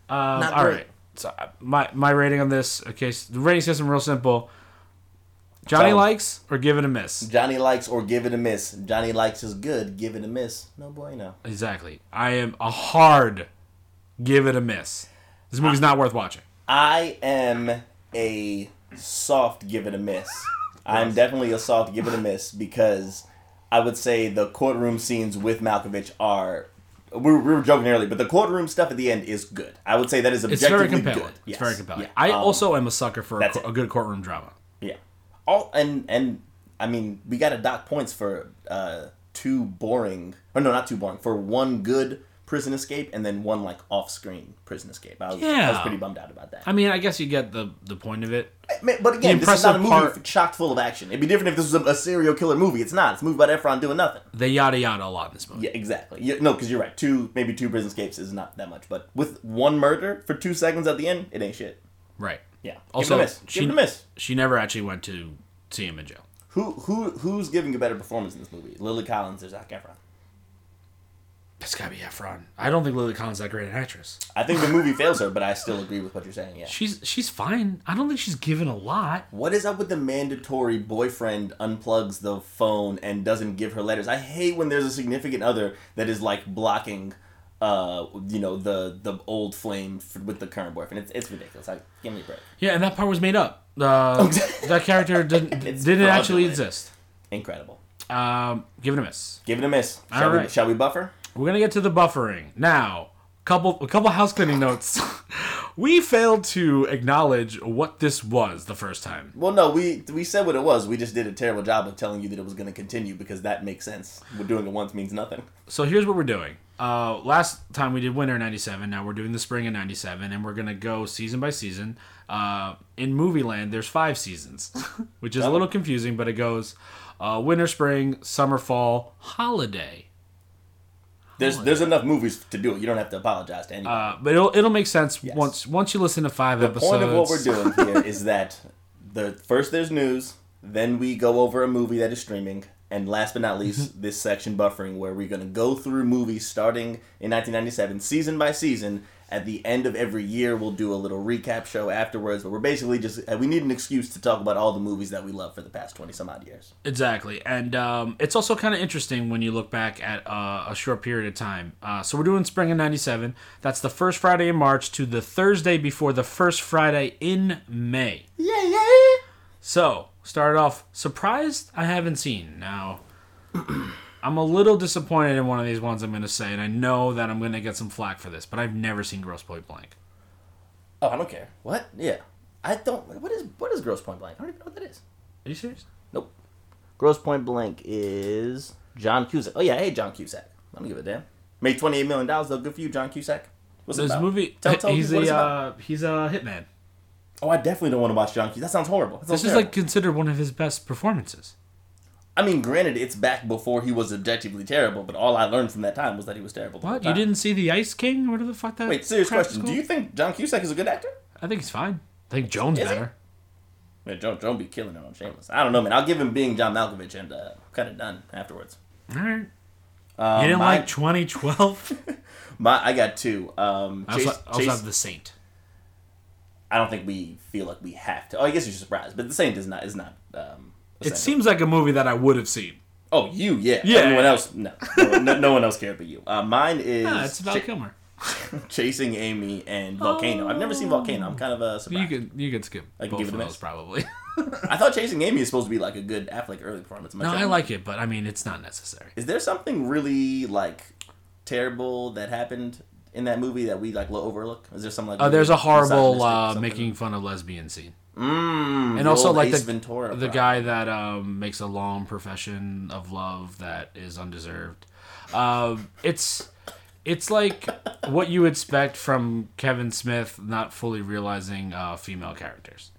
[SPEAKER 1] Um,
[SPEAKER 2] Not
[SPEAKER 1] all
[SPEAKER 2] great.
[SPEAKER 1] right. So uh, my my rating on this, okay, s- the rating system real simple. Johnny
[SPEAKER 2] Solid.
[SPEAKER 1] likes or give it a miss.
[SPEAKER 2] Johnny likes or give it a miss. Johnny likes is good. Give it a miss. No bueno.
[SPEAKER 1] Exactly. I am a hard give it a miss. This movie's not worth watching.
[SPEAKER 2] I am a soft give it a miss. I'm definitely a soft give it a miss because I would say the courtroom scenes with Malkovich are. We were, we were joking earlier, but the courtroom stuff at the end is good. I would say that is
[SPEAKER 1] It's very
[SPEAKER 2] objectively
[SPEAKER 1] compelling.
[SPEAKER 2] good.
[SPEAKER 1] It's
[SPEAKER 2] Yes.
[SPEAKER 1] very compelling.
[SPEAKER 2] Yeah.
[SPEAKER 1] I
[SPEAKER 2] Um,
[SPEAKER 1] also am a sucker for a,
[SPEAKER 2] that's
[SPEAKER 1] co-
[SPEAKER 2] it.
[SPEAKER 1] a good courtroom drama.
[SPEAKER 2] Yeah. All and and I mean we got to dock points for uh two boring or no not two boring for one good prison escape and then one like off screen prison escape. I was, I was
[SPEAKER 1] Yeah.
[SPEAKER 2] pretty bummed out about that.
[SPEAKER 1] I mean, I guess you get the the point of it.
[SPEAKER 2] Ma- but again, this is not a
[SPEAKER 1] impressive
[SPEAKER 2] movie
[SPEAKER 1] part-
[SPEAKER 2] chock full of action. It'd be different if this was a, a serial killer movie. It's not. It's a movie about Efron doing nothing.
[SPEAKER 1] They yada yada a lot in this movie.
[SPEAKER 2] Yeah, exactly. Yeah, no, because you're right. Two maybe two prison escapes is not that much, but with one murder for two seconds at the end, it ain't shit.
[SPEAKER 1] Right.
[SPEAKER 2] Yeah.
[SPEAKER 1] Also,
[SPEAKER 2] give it a miss.
[SPEAKER 1] she
[SPEAKER 2] give it a miss.
[SPEAKER 1] she never actually went to see him in jail.
[SPEAKER 2] Who who who's giving a better performance in this movie? Lily Collins or Zac Efron?
[SPEAKER 1] That's gotta be Efron. I don't think Lily Collins is that great an actress.
[SPEAKER 2] I think the movie fails her, but I still agree with what you're saying. Yeah.
[SPEAKER 1] She's she's fine. I don't think she's given a lot.
[SPEAKER 2] What is up with the mandatory boyfriend unplugs the phone and doesn't give her letters? I hate when there's a significant other that is like blocking, uh, you know, the the old flame f- with the current boyfriend. It's, it's ridiculous. Like, give me a break.
[SPEAKER 1] Yeah, and that part was made up.
[SPEAKER 2] [laughs]
[SPEAKER 1] Uh, that character didn't
[SPEAKER 2] It's
[SPEAKER 1] didn't actually
[SPEAKER 2] fraudulent.
[SPEAKER 1] exist.
[SPEAKER 2] Incredible.
[SPEAKER 1] Um, give it a miss.
[SPEAKER 2] Give it a miss. Shall,
[SPEAKER 1] All
[SPEAKER 2] we,
[SPEAKER 1] right.
[SPEAKER 2] shall we buffer?
[SPEAKER 1] We're gonna get to the buffering now. Couple a couple house cleaning notes. [laughs] we failed to acknowledge what this was the first time.
[SPEAKER 2] Well, no. We we said what it was. We just did a terrible job of telling you that it was going to continue because that makes sense. We're doing it once means nothing.
[SPEAKER 1] So here's what we're doing. Uh, last time we did winter in '97. Now we're doing the spring in '97, and we're gonna go season by season. Uh, in movie land, there's five seasons, [laughs] which
[SPEAKER 2] Oh.
[SPEAKER 1] is a little confusing, but it goes uh, winter, spring, summer, fall, holiday.
[SPEAKER 2] There's there's enough movies to do it. You don't have to apologize to anybody.
[SPEAKER 1] Uh, but it'll it'll make sense once once you listen to five episodes.
[SPEAKER 2] point of what we're doing here is that the first there's news, then we go over a movie that is streaming, and last but not least, this section buffering where we're gonna go through movies starting in 1997, season by season. At the end of every year, we'll do a little recap show afterwards. But we're basically just uh, we need an excuse to talk about all the movies that we love for the past 20 some odd years.
[SPEAKER 1] Exactly, and um, it's also kind of interesting when you look back at uh, a short period of time. Uh, so we're doing spring of '97. That's the first Friday in March to the Thursday before the first Friday in May.
[SPEAKER 2] Yeah, yeah.
[SPEAKER 1] So started off surprised I haven't seen. Now [clears throat] I'm a little disappointed in one of these ones I'm going to say, and I know that I'm going to get some flack for this, but I've never seen Gross Point Blank.
[SPEAKER 2] Oh, I don't care. What? Yeah, I don't. What is what is Gross Point Blank? I don't even know what that is.
[SPEAKER 1] Are you serious?
[SPEAKER 2] Nope. Gross Point Blank is John Cusack. Oh yeah, hey John Cusack. I don't give a damn. Made twenty eight million dollars though. Good for you, John Cusack. What's it
[SPEAKER 1] This
[SPEAKER 2] about?
[SPEAKER 1] movie, eh,
[SPEAKER 2] Tell, tell
[SPEAKER 1] he's
[SPEAKER 2] me what it's
[SPEAKER 1] a
[SPEAKER 2] about.
[SPEAKER 1] uh, he's a hitman.
[SPEAKER 2] Oh, I definitely don't want to watch John Cusack. That sounds horrible. That sounds
[SPEAKER 1] This is
[SPEAKER 2] terrible.
[SPEAKER 1] like considered one of his best performances.
[SPEAKER 2] I mean, granted, it's back before he was objectively terrible, but all I learned from that time was that he was terrible. the whole
[SPEAKER 1] What? You
[SPEAKER 2] time.
[SPEAKER 1] didn't see The Ice King? Whatever the fuck that
[SPEAKER 2] Wait, serious
[SPEAKER 1] crap's
[SPEAKER 2] question. Do
[SPEAKER 1] called?
[SPEAKER 2] you think John Cusack is a good actor?
[SPEAKER 1] I think he's fine. I think Jones
[SPEAKER 2] Is he?
[SPEAKER 1] better.
[SPEAKER 2] Man, don't don't be killing him on Shameless. I don't know, man. I'll give him being John Malkovich and uh, cut it done afterwards.
[SPEAKER 1] All right. you didn't
[SPEAKER 2] my-
[SPEAKER 1] like
[SPEAKER 2] [laughs]
[SPEAKER 1] 2012?
[SPEAKER 2] My, I got two. Um,
[SPEAKER 1] I also,
[SPEAKER 2] Chase,
[SPEAKER 1] I also
[SPEAKER 2] Chase-
[SPEAKER 1] have The Saint.
[SPEAKER 2] I don't think we feel like we have to. Oh, I guess you're surprised, but the Saint is not is not. Um,
[SPEAKER 1] It
[SPEAKER 2] essential.
[SPEAKER 1] seems like a movie that I would have seen.
[SPEAKER 2] Oh, you, yeah.
[SPEAKER 1] Yeah.
[SPEAKER 2] Everyone else, no, no, no, no one else cared but you.
[SPEAKER 1] [laughs]
[SPEAKER 2] Uh, mine is
[SPEAKER 1] Yeah, it's Val
[SPEAKER 2] Cha-
[SPEAKER 1] Kilmer.
[SPEAKER 2] chasing Amy and Volcano. I've never seen Volcano. I'm kind of uh, surprised.
[SPEAKER 1] You can you can skip
[SPEAKER 2] I can
[SPEAKER 1] both
[SPEAKER 2] give
[SPEAKER 1] of
[SPEAKER 2] it a
[SPEAKER 1] those
[SPEAKER 2] miss.
[SPEAKER 1] probably. [laughs]
[SPEAKER 2] I thought chasing Amy is supposed to be like a good Affleck early performance.
[SPEAKER 1] no, I like it, but I mean it's not necessary.
[SPEAKER 2] Is there something really like terrible that happened in that movie that we like will overlook? Is there some like?
[SPEAKER 1] Uh, there's a
[SPEAKER 2] really
[SPEAKER 1] horrible
[SPEAKER 2] misogynistic
[SPEAKER 1] uh,
[SPEAKER 2] something?
[SPEAKER 1] making fun of lesbian scene,
[SPEAKER 2] Mm,
[SPEAKER 1] and also
[SPEAKER 2] old
[SPEAKER 1] like
[SPEAKER 2] Ace
[SPEAKER 1] the
[SPEAKER 2] Ventura
[SPEAKER 1] the
[SPEAKER 2] problem.
[SPEAKER 1] guy that um, makes a long profession of love that is undeserved. Um, it's it's like what you expect from Kevin Smith not fully realizing uh, female characters.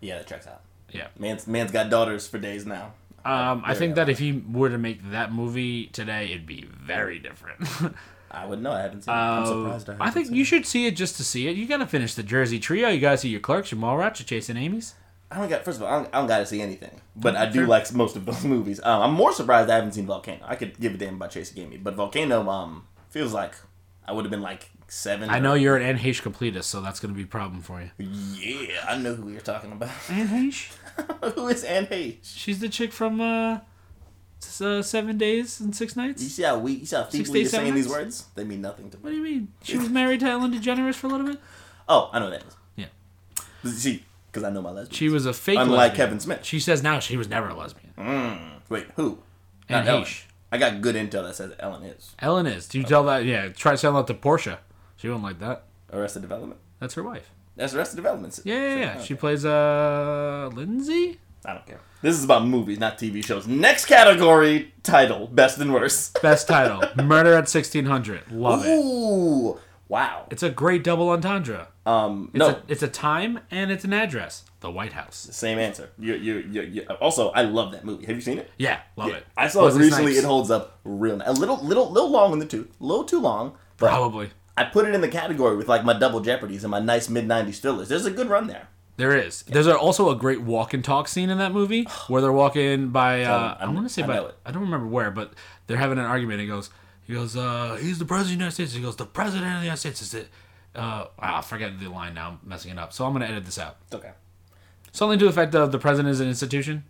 [SPEAKER 2] Yeah, that checks out.
[SPEAKER 1] Yeah.
[SPEAKER 2] Man's man's got daughters for days now.
[SPEAKER 1] Um, I think that if he were to make that movie today, it'd be very different. [laughs]
[SPEAKER 2] I wouldn't know. I haven't seen. it. I'm surprised. I,
[SPEAKER 1] Uh, I
[SPEAKER 2] haven't
[SPEAKER 1] think
[SPEAKER 2] seen
[SPEAKER 1] you
[SPEAKER 2] it.
[SPEAKER 1] should see it just to see it. You gotta finish the Jersey Trio. You gotta see your Clerks, your Mallrats, your Chasing Amy's.
[SPEAKER 2] I don't got. First of all, I don't, I don't got to see anything, but I do like most of those [laughs] movies. Um, I'm more surprised I haven't seen Volcano. I could give a damn about Chasing Amy, but Volcano um feels like I would have been like seven.
[SPEAKER 1] I
[SPEAKER 2] or-
[SPEAKER 1] know you're an NH completist, so that's gonna be a problem for you.
[SPEAKER 2] Yeah, I know who you're talking about. [laughs]
[SPEAKER 1] NH?
[SPEAKER 2] who is Anne H?
[SPEAKER 1] She's the chick from uh, s- uh Seven Days and Six
[SPEAKER 2] You
[SPEAKER 1] Nights.
[SPEAKER 2] see how weak? You see how feebly
[SPEAKER 1] days,
[SPEAKER 2] you're saying
[SPEAKER 1] seven
[SPEAKER 2] these
[SPEAKER 1] nights?
[SPEAKER 2] words? They mean nothing to
[SPEAKER 1] What do
[SPEAKER 2] me.
[SPEAKER 1] you mean? She was married to Ellen DeGeneres for a little bit.
[SPEAKER 2] Oh, I know what that is.
[SPEAKER 1] Yeah,
[SPEAKER 2] See, because I know my lesbian.
[SPEAKER 1] she was a fake.
[SPEAKER 2] Unlike
[SPEAKER 1] lesbian.
[SPEAKER 2] Kevin Smith.
[SPEAKER 1] She says now she was never a lesbian.
[SPEAKER 2] Wait, who?
[SPEAKER 1] Anne
[SPEAKER 2] Not Ellen.
[SPEAKER 1] Heche.
[SPEAKER 2] I got good intel that says Ellen is
[SPEAKER 1] Ellen is. Do you tell that? Yeah, try selling that to Portia. She wouldn't like that.
[SPEAKER 2] Arrested Development.
[SPEAKER 1] That's her wife.
[SPEAKER 2] That's Arrested Development.
[SPEAKER 1] Yeah, yeah, yeah.
[SPEAKER 2] Okay.
[SPEAKER 1] She plays uh Lindsay.
[SPEAKER 2] I don't care. This is about movies, not TV shows. Next category title: best and [laughs] worst.
[SPEAKER 1] Best title: Murder at 1600. Love it.
[SPEAKER 2] Ooh, wow.
[SPEAKER 1] It's a great double entendre.
[SPEAKER 2] Um,
[SPEAKER 1] It's
[SPEAKER 2] no,
[SPEAKER 1] a, it's a time and it's an address. The White House.
[SPEAKER 2] same answer. You, you, you, you. Also, I love that movie. Have you seen it?
[SPEAKER 1] Yeah, love it.
[SPEAKER 2] I saw
[SPEAKER 1] Wesley
[SPEAKER 2] it recently.
[SPEAKER 1] Snipes.
[SPEAKER 2] It holds up real. A little, little, little long in the tooth. A little too long. But
[SPEAKER 1] Probably
[SPEAKER 2] I put it in the category with like my double jeopardies and my nice mid '90s thrillers. There's a good run there.
[SPEAKER 1] there is. There's also a great walk and talk scene in that
[SPEAKER 2] [sighs]
[SPEAKER 1] movie where they're walking by. Uh, I
[SPEAKER 2] Um, I'm-
[SPEAKER 1] want to say
[SPEAKER 2] I
[SPEAKER 1] by.
[SPEAKER 2] know it.
[SPEAKER 1] I don't remember where, but they're having an argument. He goes, he goes, uh, he's the president of the United States. He goes, the president of the United States is it. Uh, I forget the line now. I'm messing it up. So I'm gonna edit this out.
[SPEAKER 2] It's okay.
[SPEAKER 1] Something to the effect of the president is an institution.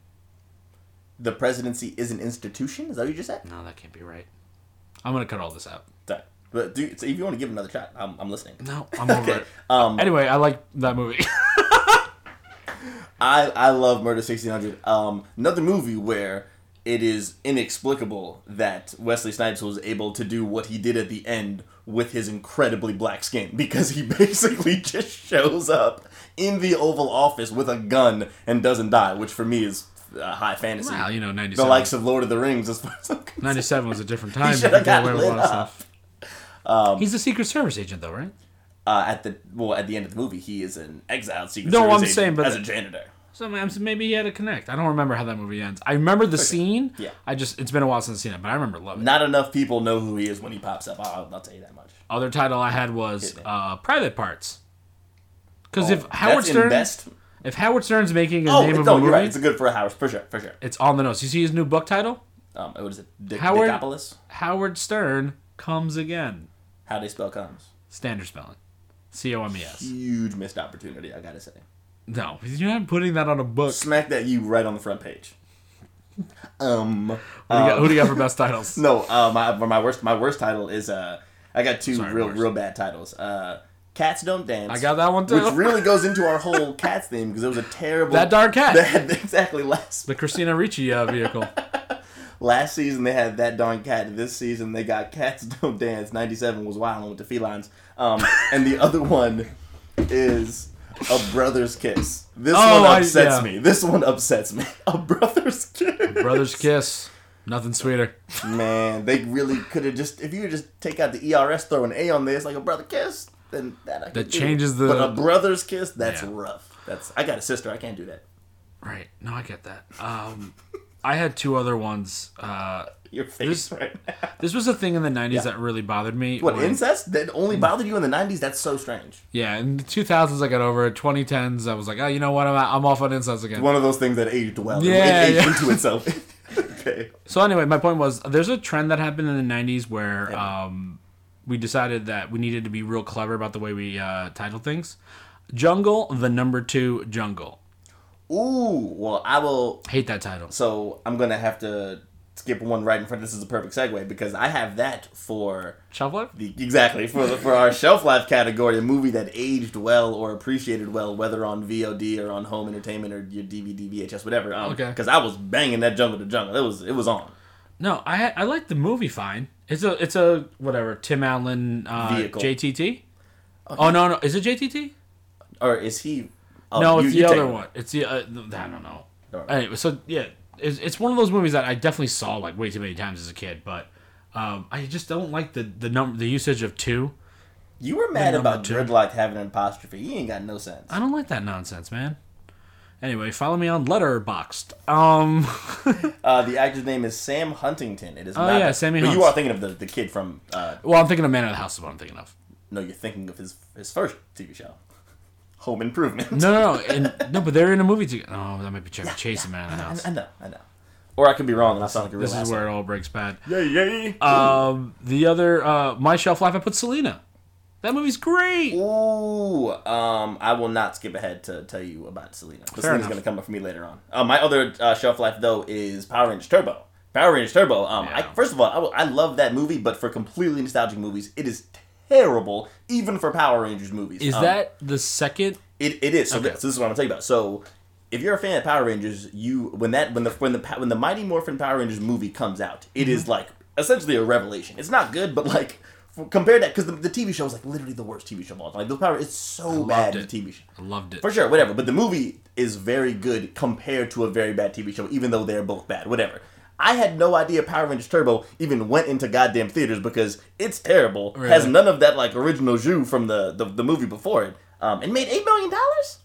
[SPEAKER 2] The presidency is an institution. Is that what you just said?
[SPEAKER 1] No, that can't be right. I'm gonna cut all this out.
[SPEAKER 2] Sorry. But do, so if you want to give it another shot, I'm, I'm listening.
[SPEAKER 1] No,
[SPEAKER 2] [laughs]
[SPEAKER 1] I'm over it.
[SPEAKER 2] Um,
[SPEAKER 1] Anyway, I like that movie. [laughs]
[SPEAKER 2] I, I love Murder 1600. Um, another movie where it is inexplicable that Wesley Snipes was able to do what he did at the end with his incredibly black skin [laughs] because he basically [laughs] just shows up in the Oval Office with a gun and doesn't die, which for me is uh, high fantasy.
[SPEAKER 1] Well, you know,
[SPEAKER 2] the
[SPEAKER 1] 97.
[SPEAKER 2] likes of Lord of the Rings [laughs] as far as I'm concerned.
[SPEAKER 1] 97 was a
[SPEAKER 2] [laughs]
[SPEAKER 1] different time.
[SPEAKER 2] shoulda
[SPEAKER 1] You could get
[SPEAKER 2] got
[SPEAKER 1] away with
[SPEAKER 2] lit
[SPEAKER 1] a lot of
[SPEAKER 2] up. Um,
[SPEAKER 1] stuff. He's a Secret Service agent, though, right?
[SPEAKER 2] Uh, at the well, at the end of the movie, he is an exiled secret
[SPEAKER 1] No,
[SPEAKER 2] Service
[SPEAKER 1] I'm
[SPEAKER 2] agent
[SPEAKER 1] saying, but-
[SPEAKER 2] as a janitor.
[SPEAKER 1] So I'm- so maybe he had a connect. I don't remember how that movie ends. I remember the scene.
[SPEAKER 2] Yeah.
[SPEAKER 1] I just it's been a while since I've seen it, but I remember loving it.
[SPEAKER 2] Not enough people know who he is when he pops up. I'll, I'll tell you that much.
[SPEAKER 1] Other title I had was
[SPEAKER 2] Hitman.
[SPEAKER 1] uh, Private Parts. Because if
[SPEAKER 2] Oh, That's
[SPEAKER 1] Howard
[SPEAKER 2] in
[SPEAKER 1] Stern,
[SPEAKER 2] best.
[SPEAKER 1] if Howard Stern's making a
[SPEAKER 2] Oh,
[SPEAKER 1] name
[SPEAKER 2] it-
[SPEAKER 1] of
[SPEAKER 2] no,
[SPEAKER 1] a
[SPEAKER 2] you're
[SPEAKER 1] movie,
[SPEAKER 2] right. It's good for a Howard, for sure, for sure.
[SPEAKER 1] it's on the nose. You see his new book title,
[SPEAKER 2] Um, what is it? Dick,
[SPEAKER 1] Howard-
[SPEAKER 2] Dickopolis?
[SPEAKER 1] Howard Stern comes again.
[SPEAKER 2] How they spell comes.
[SPEAKER 1] Standard spelling, C O M E S.
[SPEAKER 2] Huge missed opportunity, I gotta say.
[SPEAKER 1] No, [laughs] you're not putting that on a book.
[SPEAKER 2] Smack that you right on the front page. Um,
[SPEAKER 1] Who do you got, who do you got for best titles?
[SPEAKER 2] [laughs] no, uh, my my worst my worst title is uh, I got two
[SPEAKER 1] Sorry,
[SPEAKER 2] real
[SPEAKER 1] worst.
[SPEAKER 2] real bad titles. Uh, Cats don't dance.
[SPEAKER 1] I got that one too.
[SPEAKER 2] Which really goes into our whole cats theme because
[SPEAKER 1] [laughs]
[SPEAKER 2] it was a terrible
[SPEAKER 1] That darn cat.
[SPEAKER 2] [laughs] They had exactly last
[SPEAKER 1] The Christina Ricci uh,
[SPEAKER 2] [laughs]
[SPEAKER 1] vehicle.
[SPEAKER 2] last season they had that darn cat. This season they got cats [laughs] don't dance. Ninety seven was wild with the felines. Um, and the other [laughs] one is a brother's kiss. This
[SPEAKER 1] Oh,
[SPEAKER 2] one
[SPEAKER 1] I-
[SPEAKER 2] upsets
[SPEAKER 1] yeah.
[SPEAKER 2] me. This one upsets me. [laughs] A brother's kiss.
[SPEAKER 1] Brothers kiss. Nothing sweeter.
[SPEAKER 2] Man, they really could have just if you would just take out the ers, throw an A on there, it's like a brother kiss. Then that I could
[SPEAKER 1] That
[SPEAKER 2] do.
[SPEAKER 1] changes the-
[SPEAKER 2] But a brother's kiss, that's
[SPEAKER 1] Yeah.
[SPEAKER 2] rough. That's I got a sister. I can't do that.
[SPEAKER 1] Right. No, I get that. Um, I had two other ones. Uh,
[SPEAKER 2] Your face [laughs]
[SPEAKER 1] This-
[SPEAKER 2] right now.
[SPEAKER 1] this was a thing in the 90s that really bothered me.
[SPEAKER 2] What
[SPEAKER 1] when-
[SPEAKER 2] incest that only bothered you in the '90s? That's so strange.
[SPEAKER 1] Yeah, in the 2000s I got over it. 2010s I was like, oh, you know what? I'm, I'm off on incest again.
[SPEAKER 2] One of those things that aged well. It-
[SPEAKER 1] Yeah, [laughs]
[SPEAKER 2] it aged
[SPEAKER 1] yeah.
[SPEAKER 2] into itself. okay.
[SPEAKER 1] So anyway, my point was there's a trend that happened in the '90s where um, we decided that we needed to be real clever about the way we uh, title things. Jungle, the number two jungle.
[SPEAKER 2] Ooh, well, I will.
[SPEAKER 1] Hate that title.
[SPEAKER 2] So I'm gonna have to skip one right in front. This is a perfect segue because I have that for
[SPEAKER 1] Shelf life.
[SPEAKER 2] the exactly for the, for our shelf life category, a movie that aged well or appreciated well, whether on VOD or on home entertainment or your DVD, VHS, whatever. Um,
[SPEAKER 1] Okay.
[SPEAKER 2] Because I was banging that jungle to jungle. It was it was on.
[SPEAKER 1] No, I I like the movie fine. It's a it's a whatever Tim Allen uh,
[SPEAKER 2] Vehicle.
[SPEAKER 1] JTT. Oh no no is it JTT?
[SPEAKER 2] Or is he? Oh,
[SPEAKER 1] no,
[SPEAKER 2] you-
[SPEAKER 1] it's
[SPEAKER 2] you
[SPEAKER 1] the
[SPEAKER 2] take
[SPEAKER 1] other
[SPEAKER 2] it.
[SPEAKER 1] one. It's the uh, th- I don't know.
[SPEAKER 2] Alright.
[SPEAKER 1] Anyway, so yeah, it's, it's one of those movies that I definitely saw like way too many times as a kid, but um, I just don't like the the number the usage of two.
[SPEAKER 2] You were mad
[SPEAKER 1] number
[SPEAKER 2] about
[SPEAKER 1] two.
[SPEAKER 2] Dreadlock having an apostrophe. You ain't got no sense.
[SPEAKER 1] I don't like that nonsense, man. Anyway, follow me on Letterboxd. Um, [laughs]
[SPEAKER 2] Uh, the actor's name is Sam Huntington. It is.
[SPEAKER 1] Oh,
[SPEAKER 2] not
[SPEAKER 1] yeah,
[SPEAKER 2] that-
[SPEAKER 1] Sammy
[SPEAKER 2] But you
[SPEAKER 1] Hunts.
[SPEAKER 2] are thinking of the, the kid from. Uh,
[SPEAKER 1] well, I'm thinking of Man of the House is what I'm thinking of.
[SPEAKER 2] no, you're thinking of his his first TV show, Home Improvement.
[SPEAKER 1] No, no, no, and, no, but they're in a movie together. Oh, that might be Chevy Chase and Man of the
[SPEAKER 2] [laughs] I, [laughs]
[SPEAKER 1] House.
[SPEAKER 2] I know, I know. Or I could be wrong, and I sound like a real
[SPEAKER 1] This is where it all breaks bad.
[SPEAKER 2] Yay, yay.
[SPEAKER 1] Um, the other, uh, my shelf life, I put Selena. That movie's great.
[SPEAKER 2] Ooh, um, I will not skip ahead to tell you about Selena. But Selena's
[SPEAKER 1] enough.
[SPEAKER 2] going to come up for me later on. Uh, my other uh, shelf life though is Power Rangers Turbo. Power Rangers Turbo. Um,
[SPEAKER 1] Yeah.
[SPEAKER 2] I, first of all, I will- I, love that movie, but for completely nostalgic movies, it is terrible, even for Power Rangers movies.
[SPEAKER 1] Is
[SPEAKER 2] Um,
[SPEAKER 1] that the second?
[SPEAKER 2] It, it is. So,
[SPEAKER 1] Okay.
[SPEAKER 2] th- so this is what I'm talking about. So if you're a fan of Power Rangers, you when that when the when the pa- when the Mighty Morphin Power Rangers movie comes out, it
[SPEAKER 1] Mm-hmm.
[SPEAKER 2] is like essentially a revelation. It's not good, but like f- compare that because the, the TV show is like literally the worst TV show of all time. Like the Power, it's so bad.
[SPEAKER 1] it.
[SPEAKER 2] The TV show.
[SPEAKER 1] I loved it.
[SPEAKER 2] For sure, whatever. But the movie is very good compared to a very bad TV show, even though they're both bad. Whatever. I had no idea Power Rangers Turbo even went into goddamn theaters because it's terrible. Has
[SPEAKER 1] Really?
[SPEAKER 2] none of that like original jus from the, the, the movie before it. Um, and made eight million dollars.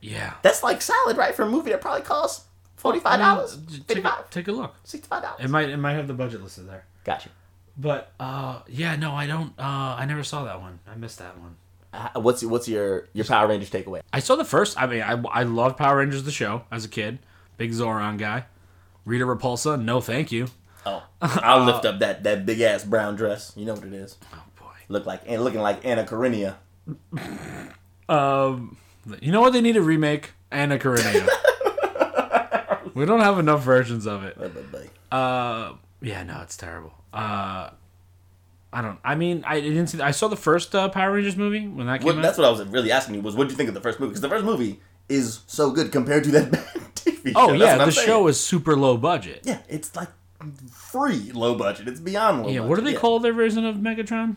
[SPEAKER 1] Yeah.
[SPEAKER 2] That's like solid, right, for a movie that probably costs forty five dollars,
[SPEAKER 1] Mm,
[SPEAKER 2] fifty
[SPEAKER 1] Take a,
[SPEAKER 2] five,
[SPEAKER 1] take a look.
[SPEAKER 2] sixty five
[SPEAKER 1] It
[SPEAKER 2] dollars.
[SPEAKER 1] might it might have the budget listed there.
[SPEAKER 2] Gotcha.
[SPEAKER 1] But uh, yeah, no, I don't. Uh, I never saw that one. I missed that one.
[SPEAKER 2] Uh, what's what's your your Power Rangers takeaway?
[SPEAKER 1] I saw the first. I mean, I I loved Power Rangers the show as a kid. Big Zoran guy. Rita Repulsa. No, thank you. [laughs]
[SPEAKER 2] Oh, I'll lift up that that big ass brown dress. You know what it is.
[SPEAKER 1] Oh boy.
[SPEAKER 2] Look like and looking like Anna Karenina.
[SPEAKER 1] You know what? They need a remake. Anna Karenina.
[SPEAKER 2] [laughs]
[SPEAKER 1] we don't have enough versions of it. Yeah, no, it's terrible. Uh, I don't. I mean, I didn't see. I saw the first uh, Power Rangers movie when that came
[SPEAKER 2] What,
[SPEAKER 1] out.
[SPEAKER 2] that's what I was really asking you was what do you think of the first movie? Because the first movie is so good compared to that [laughs] bad TV show.
[SPEAKER 1] oh
[SPEAKER 2] That's
[SPEAKER 1] yeah,
[SPEAKER 2] what I'm
[SPEAKER 1] the
[SPEAKER 2] saying.
[SPEAKER 1] show is super low budget.
[SPEAKER 2] yeah, it's like free low budget. It's beyond low.
[SPEAKER 1] Yeah,
[SPEAKER 2] budget.
[SPEAKER 1] what do they call their version of Megatron?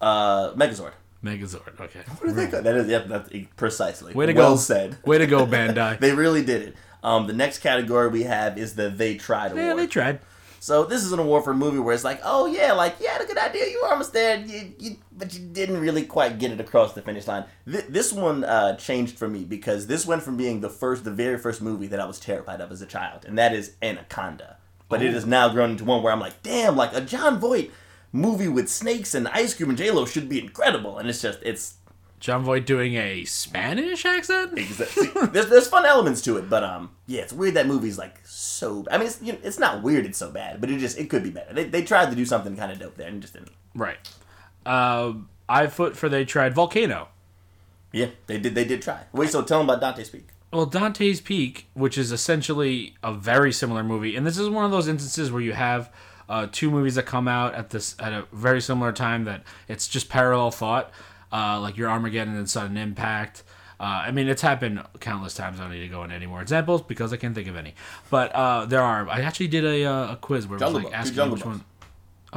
[SPEAKER 2] Uh, Megazord.
[SPEAKER 1] Megazord. Okay.
[SPEAKER 2] What do they call that? Is yep, that's e, precisely.
[SPEAKER 1] Hmm. Way to
[SPEAKER 2] well
[SPEAKER 1] go.
[SPEAKER 2] said.
[SPEAKER 1] Way to go, Bandai.
[SPEAKER 2] [laughs] They really did it. Um, the next category we have is the They Tried Award.
[SPEAKER 1] yeah, they tried.
[SPEAKER 2] So this is an award for a movie where it's like, oh yeah, like you had a good idea, you were almost there, you, you, but you didn't really quite get it across the finish line. Th- this one uh, changed for me because this went from being the first, the very first movie that I was terrified of as a child, and that is Anaconda. But it has now grown into one where I'm like, damn, like a John Voight movie with snakes and ice cream and J Lo should be incredible, and it's just it's
[SPEAKER 1] John Voight doing a Spanish accent.
[SPEAKER 2] Exactly. there's there's fun elements to it, but um, yeah, it's weird that movie's like so. I mean, it's you know, it's not weird. It's so bad, but it just it could be better. They, they tried to do something kind of dope there and just didn't.
[SPEAKER 1] Right. Um, I foot for they tried Volcano.
[SPEAKER 2] Yeah, they did. They did try. Wait, so tell them about Dante speak.
[SPEAKER 1] Well, Dante's Peak, which is essentially a very similar movie, and this is one of those instances where you have uh, two movies that come out at this at a very similar time that it's just parallel thought, uh, like your Armageddon and Sudden Impact. Uh, I mean, it's happened countless times. I don't need to go into any more examples because I can't think of any. But uh, there are. I actually did a, uh, a quiz where it was
[SPEAKER 2] Jungle
[SPEAKER 1] like
[SPEAKER 2] Book, two
[SPEAKER 1] asking
[SPEAKER 2] Jungle
[SPEAKER 1] which
[SPEAKER 2] Books.
[SPEAKER 1] one.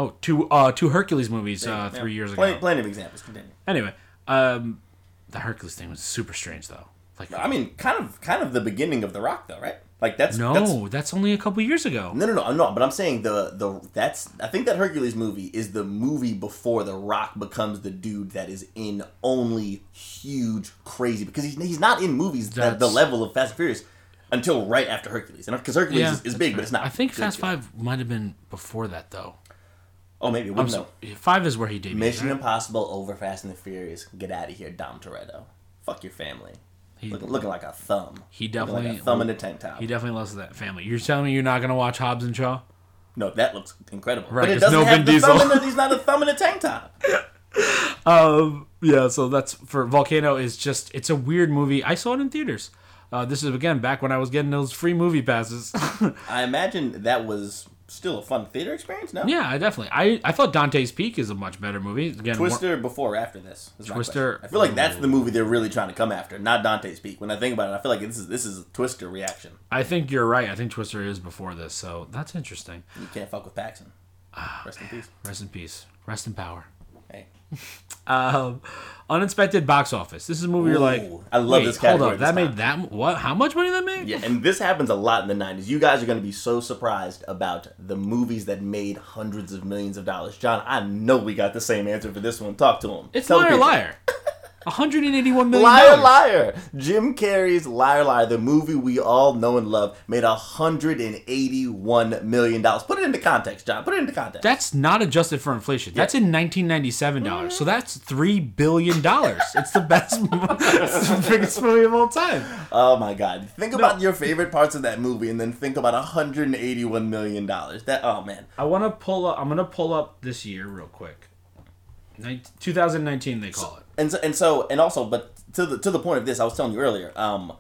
[SPEAKER 1] Oh, two uh, two Hercules movies uh, three years ago.
[SPEAKER 2] Plenty, plenty of examples. Continue.
[SPEAKER 1] Anyway, um, the Hercules thing was super strange though. Like
[SPEAKER 2] I mean, kind of, kind of the beginning of the Rock, though, right? Like that's
[SPEAKER 1] no,
[SPEAKER 2] That's,
[SPEAKER 1] that's, only a couple years ago.
[SPEAKER 2] no, no, no, no. But I'm saying the the that's I think that Hercules movie is the movie before The Rock becomes the dude that is in only huge crazy because he's he's not in movies that the
[SPEAKER 1] That's-
[SPEAKER 2] level of Fast and Furious until right after Hercules, and because Hercules is, is
[SPEAKER 1] that's
[SPEAKER 2] big,
[SPEAKER 1] right.
[SPEAKER 2] but it's not.
[SPEAKER 1] I think
[SPEAKER 2] good,
[SPEAKER 1] Fast
[SPEAKER 2] good.
[SPEAKER 1] Five might have been before that though.
[SPEAKER 2] Oh, maybe we know.
[SPEAKER 1] So, Five is where he debuted.
[SPEAKER 2] Mission
[SPEAKER 1] right?
[SPEAKER 2] Impossible over Fast and the Furious. Get out of here, Dom Toretto. Fuck your family. looking, looking like a thumb.
[SPEAKER 1] He
[SPEAKER 2] Looking like
[SPEAKER 1] definitely
[SPEAKER 2] a thumb in a tank top.
[SPEAKER 1] He definitely loves that family. You're telling me you're not gonna watch Hobbs and Shaw?
[SPEAKER 2] no, that looks incredible.
[SPEAKER 1] Right,
[SPEAKER 2] but it
[SPEAKER 1] 'cause
[SPEAKER 2] doesn't
[SPEAKER 1] no
[SPEAKER 2] have
[SPEAKER 1] Vin
[SPEAKER 2] the
[SPEAKER 1] Diesel.
[SPEAKER 2] thumb in the, he's not a thumb in a tank top.
[SPEAKER 1] Um, yeah. So that's for Volcano is just it's a weird movie. I saw it in theaters. Uh, this is again back when I was getting those free movie passes. [laughs]
[SPEAKER 2] I imagine that was still a fun theater experience. No,
[SPEAKER 1] yeah, I definitely. I I thought Dante's Peak is a much better movie. Again, more-
[SPEAKER 2] Twister before or after this. is my
[SPEAKER 1] Twister-
[SPEAKER 2] question. I feel like that's the movie they're really trying to come after, not Dante's Peak. When I think about it, I feel like this is this is a Twister reaction.
[SPEAKER 1] I think you're right. I think Twister is before this, so that's interesting.
[SPEAKER 2] You can't fuck with Paxson. Rest
[SPEAKER 1] Ah,
[SPEAKER 2] in peace.
[SPEAKER 1] Rest in peace. Rest in power.
[SPEAKER 2] Hey.
[SPEAKER 1] Um, unexpected box office. This is a movie you're like,
[SPEAKER 2] Ooh, I love
[SPEAKER 1] wait,
[SPEAKER 2] this
[SPEAKER 1] Hold
[SPEAKER 2] category
[SPEAKER 1] up,
[SPEAKER 2] this
[SPEAKER 1] that made
[SPEAKER 2] time.
[SPEAKER 1] that what? How much money that made?
[SPEAKER 2] Yeah, and this happens a lot in the 90s. You guys are going to be so surprised about the movies that made hundreds of millions of dollars. John, I know we got the same answer for this one. Talk to him.
[SPEAKER 1] It's
[SPEAKER 2] Tell the
[SPEAKER 1] liar,
[SPEAKER 2] people.
[SPEAKER 1] liar.
[SPEAKER 2] [laughs]
[SPEAKER 1] 181 million.
[SPEAKER 2] Liar,
[SPEAKER 1] dollars.
[SPEAKER 2] liar. Jim Carrey's Liar, Liar, the movie we all know and love, made $181 million. Put it into context, John. Put it into context.
[SPEAKER 1] That's not adjusted for inflation. That's in 1997 dollars. So that's three billion dollars. it's the best, [laughs] it's the biggest movie of all time.
[SPEAKER 2] oh my God. Think about your favorite parts of that movie and then think about $181 million. That, oh man.
[SPEAKER 1] I want to pull up. I'm gonna pull up this year real quick. Nin- 2019, they call it.
[SPEAKER 2] and so, and so and also but to the to the point of this i was telling you earlier um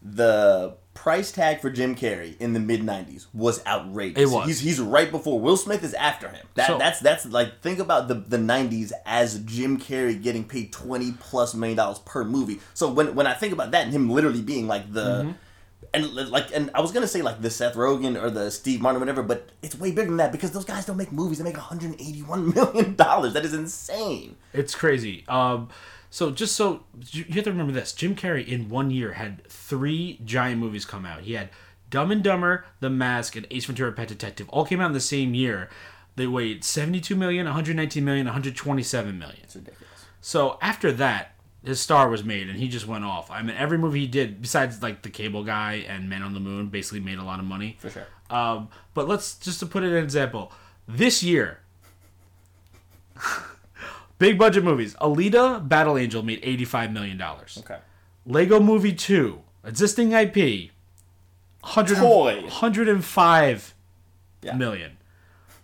[SPEAKER 2] the price tag for jim carrey in the mid 90s was outrageous
[SPEAKER 1] It was.
[SPEAKER 2] he's, he's right before will smith is after him that,
[SPEAKER 1] So-
[SPEAKER 2] that's that's like think about the the 90s as jim carrey getting paid 20 plus million dollars per movie so when when i think about that and him literally being like the
[SPEAKER 1] Mm-hmm.
[SPEAKER 2] And li- like, and I was gonna say like the Seth Rogen or the Steve Martin, or whatever, but it's way bigger than that because those guys don't make movies; they make 181 million dollars. That is insane.
[SPEAKER 1] It's crazy. Um, so just so you you have to remember this: Jim Carrey in one year had three giant movies come out. He had Dumb and Dumber, The Mask, and Ace Ventura: Pet Detective. All came out in the same year. They weighed 72 million, 119 million, 127 million.
[SPEAKER 2] Ridiculous.
[SPEAKER 1] So after that, his star was made, and he just went off. I mean, every movie he did, besides like The Cable Guy and Men on the Moon, basically made a lot of money. For
[SPEAKER 2] sure.
[SPEAKER 1] Um, but let's just to put it an example. This year, big budget movies. Alita: Battle Angel made eighty-five million dollars.
[SPEAKER 2] Okay.
[SPEAKER 1] Lego Movie Two, existing IP, 100,
[SPEAKER 2] Toy.
[SPEAKER 1] 105
[SPEAKER 2] Yeah.
[SPEAKER 1] million.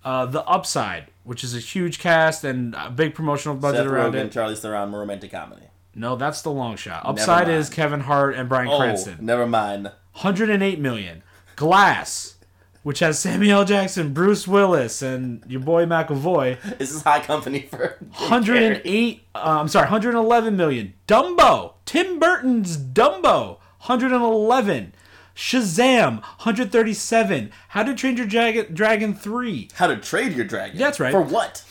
[SPEAKER 1] Uh, the Upside, which is a huge cast and a big promotional budget
[SPEAKER 2] Seth
[SPEAKER 1] around
[SPEAKER 2] Rogen,
[SPEAKER 1] it.
[SPEAKER 2] Charlie Theron, romantic comedy.
[SPEAKER 1] No, that's the long shot. Upside
[SPEAKER 2] mind.
[SPEAKER 1] is Kevin Hart and Brian
[SPEAKER 2] Oh,
[SPEAKER 1] Cranston.
[SPEAKER 2] never mind.
[SPEAKER 1] 108 million. Glass, which has [laughs] Samuel L. Jackson, Bruce Willis, and your boy McAvoy.
[SPEAKER 2] This is high company for Jim
[SPEAKER 1] 108, uh, I'm sorry, 111 million. Dumbo, Tim Burton's Dumbo, 111. Shazam, 137. How to Train Your Dragon, Dragon 3,
[SPEAKER 2] Carrey. How to Trade Your Dragon.
[SPEAKER 1] That's right.
[SPEAKER 2] For what?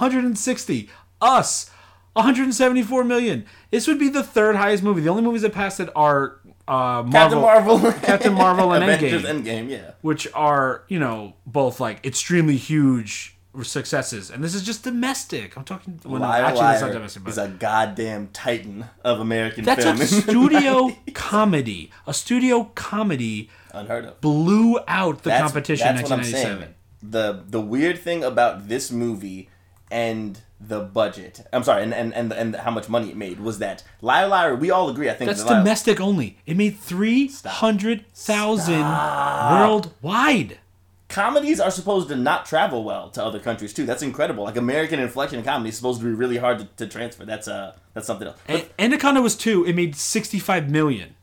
[SPEAKER 1] 160. Us, 174 million. This would be the third highest movie. The only movies that passed it are uh, Marvel,
[SPEAKER 2] Captain Marvel.
[SPEAKER 1] [laughs] Captain Marvel and
[SPEAKER 2] Avengers
[SPEAKER 1] Endgame.
[SPEAKER 2] Endgame. Yeah.
[SPEAKER 1] which are you know both like extremely huge successes, and this is just domestic. I'm talking well, no,
[SPEAKER 2] Liar,
[SPEAKER 1] actually,
[SPEAKER 2] liar
[SPEAKER 1] it's not domestic,
[SPEAKER 2] is
[SPEAKER 1] but
[SPEAKER 2] a goddamn titan of American
[SPEAKER 1] that's
[SPEAKER 2] film. [laughs]
[SPEAKER 1] a studio comedy. A studio comedy
[SPEAKER 2] Unheard of.
[SPEAKER 1] blew out the
[SPEAKER 2] That's-
[SPEAKER 1] competition in 1997.
[SPEAKER 2] The the weird thing about this movie and the budget. I'm sorry, and and and, and how much money it made was that Liar Liar. We all agree. I think
[SPEAKER 1] That's
[SPEAKER 2] that Liar-
[SPEAKER 1] domestic only. It made three hundred thousand worldwide.
[SPEAKER 2] comedies are supposed to not travel well to other countries too. That's incredible. Like American inflection in comedy is supposed to be really hard to, to transfer. That's uh that's something else. But
[SPEAKER 1] And Anaconda was two. It made sixty-five million.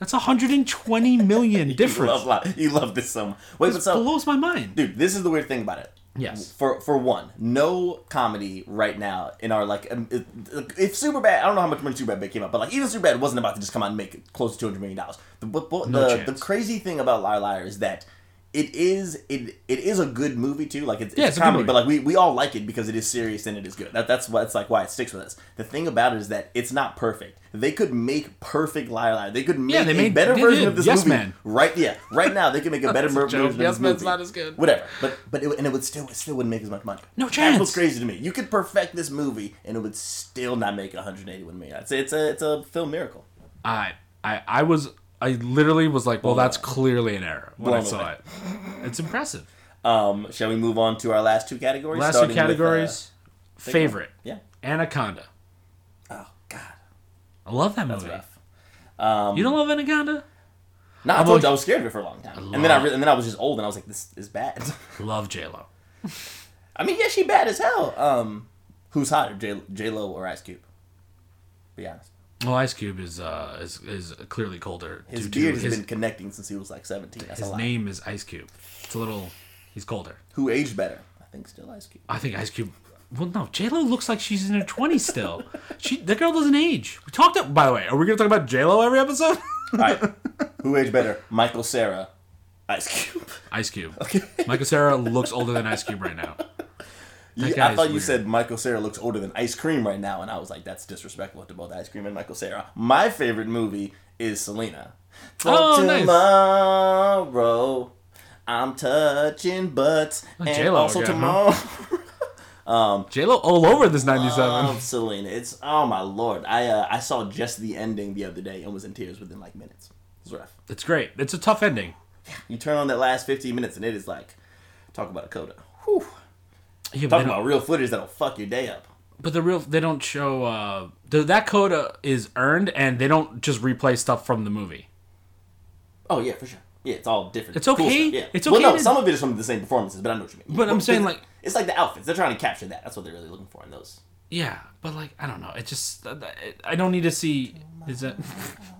[SPEAKER 1] That's 120 million
[SPEAKER 2] [laughs] you love
[SPEAKER 1] difference.
[SPEAKER 2] li- you love this so much. Wait, but
[SPEAKER 1] This
[SPEAKER 2] so
[SPEAKER 1] blows my mind.
[SPEAKER 2] dude, this is the weird thing about it.
[SPEAKER 1] Yes.
[SPEAKER 2] For for one, no comedy right now in our like um, if, if Superbad, I don't know how much money Superbad made- came out, but like even Superbad wasn't about to just come out and make close to two hundred million dollars. The, but- but
[SPEAKER 1] No
[SPEAKER 2] the,
[SPEAKER 1] chance.
[SPEAKER 2] the crazy thing about Liar Liar is that it is it it is a good movie too. Like it's, it's,
[SPEAKER 1] Yeah,
[SPEAKER 2] a
[SPEAKER 1] it's a good
[SPEAKER 2] comedy,
[SPEAKER 1] movie.
[SPEAKER 2] but like we, we all like it because it is serious and it is good. That that's why it's like why it sticks with us. The thing about it is that it's not perfect. They could make perfect Liar Liar. They could make
[SPEAKER 1] Yeah, they
[SPEAKER 2] a
[SPEAKER 1] made-
[SPEAKER 2] better
[SPEAKER 1] they
[SPEAKER 2] version
[SPEAKER 1] did.
[SPEAKER 2] of this
[SPEAKER 1] Yes
[SPEAKER 2] movie
[SPEAKER 1] Man.
[SPEAKER 2] right. Yeah, right now they could
[SPEAKER 1] [laughs]
[SPEAKER 2] make a better
[SPEAKER 1] That's a
[SPEAKER 2] version
[SPEAKER 1] joke.
[SPEAKER 2] of
[SPEAKER 1] Yes
[SPEAKER 2] this
[SPEAKER 1] Man's
[SPEAKER 2] movie.
[SPEAKER 1] not as good.
[SPEAKER 2] Whatever, but but it, and it would still it still wouldn't make as much money.
[SPEAKER 1] No
[SPEAKER 2] That's
[SPEAKER 1] chance.
[SPEAKER 2] what's crazy to me. You could perfect this movie and it would still not make 181 million. It's a, it's a it's a film miracle.
[SPEAKER 1] I I I was I literally was like, well, that's clearly an error when I
[SPEAKER 2] Blown
[SPEAKER 1] saw
[SPEAKER 2] away.
[SPEAKER 1] it. It's impressive.
[SPEAKER 2] Um, shall we move on to our last two categories? uh,
[SPEAKER 1] Last two
[SPEAKER 2] starting with, uh,
[SPEAKER 1] categories, favorite.
[SPEAKER 2] yeah.
[SPEAKER 1] Anaconda.
[SPEAKER 2] oh God.
[SPEAKER 1] I love that
[SPEAKER 2] That's
[SPEAKER 1] movie.
[SPEAKER 2] rough. Um,
[SPEAKER 1] You don't love Anaconda?
[SPEAKER 2] no, I told you I was scared of it for a long time, and then I
[SPEAKER 1] love-
[SPEAKER 2] re- and then I was just old, and I was like, this is bad. [laughs]
[SPEAKER 1] Love J Lo.
[SPEAKER 2] I mean, yeah, she bad as hell. Um, who's hotter, J J Lo or Ice Cube? Be honest.
[SPEAKER 1] Well, Ice Cube is uh is is clearly colder.
[SPEAKER 2] His
[SPEAKER 1] due to
[SPEAKER 2] beard has
[SPEAKER 1] his,
[SPEAKER 2] been connecting since he was like seventeen. That's
[SPEAKER 1] his
[SPEAKER 2] a lot.
[SPEAKER 1] name is Ice Cube. It's a little. He's colder.
[SPEAKER 2] Who aged better? I think still Ice Cube.
[SPEAKER 1] I think Ice Cube. Well, no, J Lo looks like she's in her twenties
[SPEAKER 2] [laughs]
[SPEAKER 1] still. She that girl doesn't age. We talked. ab- By the way, are we gonna talk about J Lo every episode? [laughs]
[SPEAKER 2] All right, [laughs] who aged better, Michael Sarah, Ice Cube?
[SPEAKER 1] Ice Cube. Michael Sarah looks older than Ice Cube right now.
[SPEAKER 2] You-
[SPEAKER 1] That guy
[SPEAKER 2] I
[SPEAKER 1] is
[SPEAKER 2] thought you
[SPEAKER 1] weird.
[SPEAKER 2] said Michael Sarah looks older than Ice Cream right now, and I was like, that's disrespectful to both Ice Cream and Michael Sarah. My favorite movie is Selena. Till
[SPEAKER 1] Oh, nice.
[SPEAKER 2] tomorrow, I'm touching butts, and
[SPEAKER 1] Oh, J-Lo
[SPEAKER 2] also
[SPEAKER 1] again,
[SPEAKER 2] tomorrow.
[SPEAKER 1] J Lo all over this
[SPEAKER 2] Oh,
[SPEAKER 1] '97.
[SPEAKER 2] [laughs] Selena, it's oh my lord! I uh, I saw just the ending the other day and was in tears within like minutes. It's rough.
[SPEAKER 1] It's great. It's a tough ending.
[SPEAKER 2] You turn on that last fifteen minutes and it is like, talk about a coda. Whew.
[SPEAKER 1] Yeah, but,
[SPEAKER 2] Talk
[SPEAKER 1] they
[SPEAKER 2] about
[SPEAKER 1] don't-
[SPEAKER 2] real footage that'll fuck your day up.
[SPEAKER 1] but the real they don't show uh, the, that coda is earned, and they don't just replay stuff from the movie.
[SPEAKER 2] Oh yeah, for sure. Yeah, it's all different.
[SPEAKER 1] It's okay-
[SPEAKER 2] stuff, yeah.
[SPEAKER 1] it's
[SPEAKER 2] Well,
[SPEAKER 1] okay
[SPEAKER 2] no,
[SPEAKER 1] to-
[SPEAKER 2] some of it is from the same performances, but I know what you mean.
[SPEAKER 1] But I'm saying,
[SPEAKER 2] it's-
[SPEAKER 1] like-
[SPEAKER 2] it's like the outfits. They're trying to capture that. That's what they're really looking for in those.
[SPEAKER 1] Yeah, but like I don't know. It just I- I don't need to see. Is that? [laughs]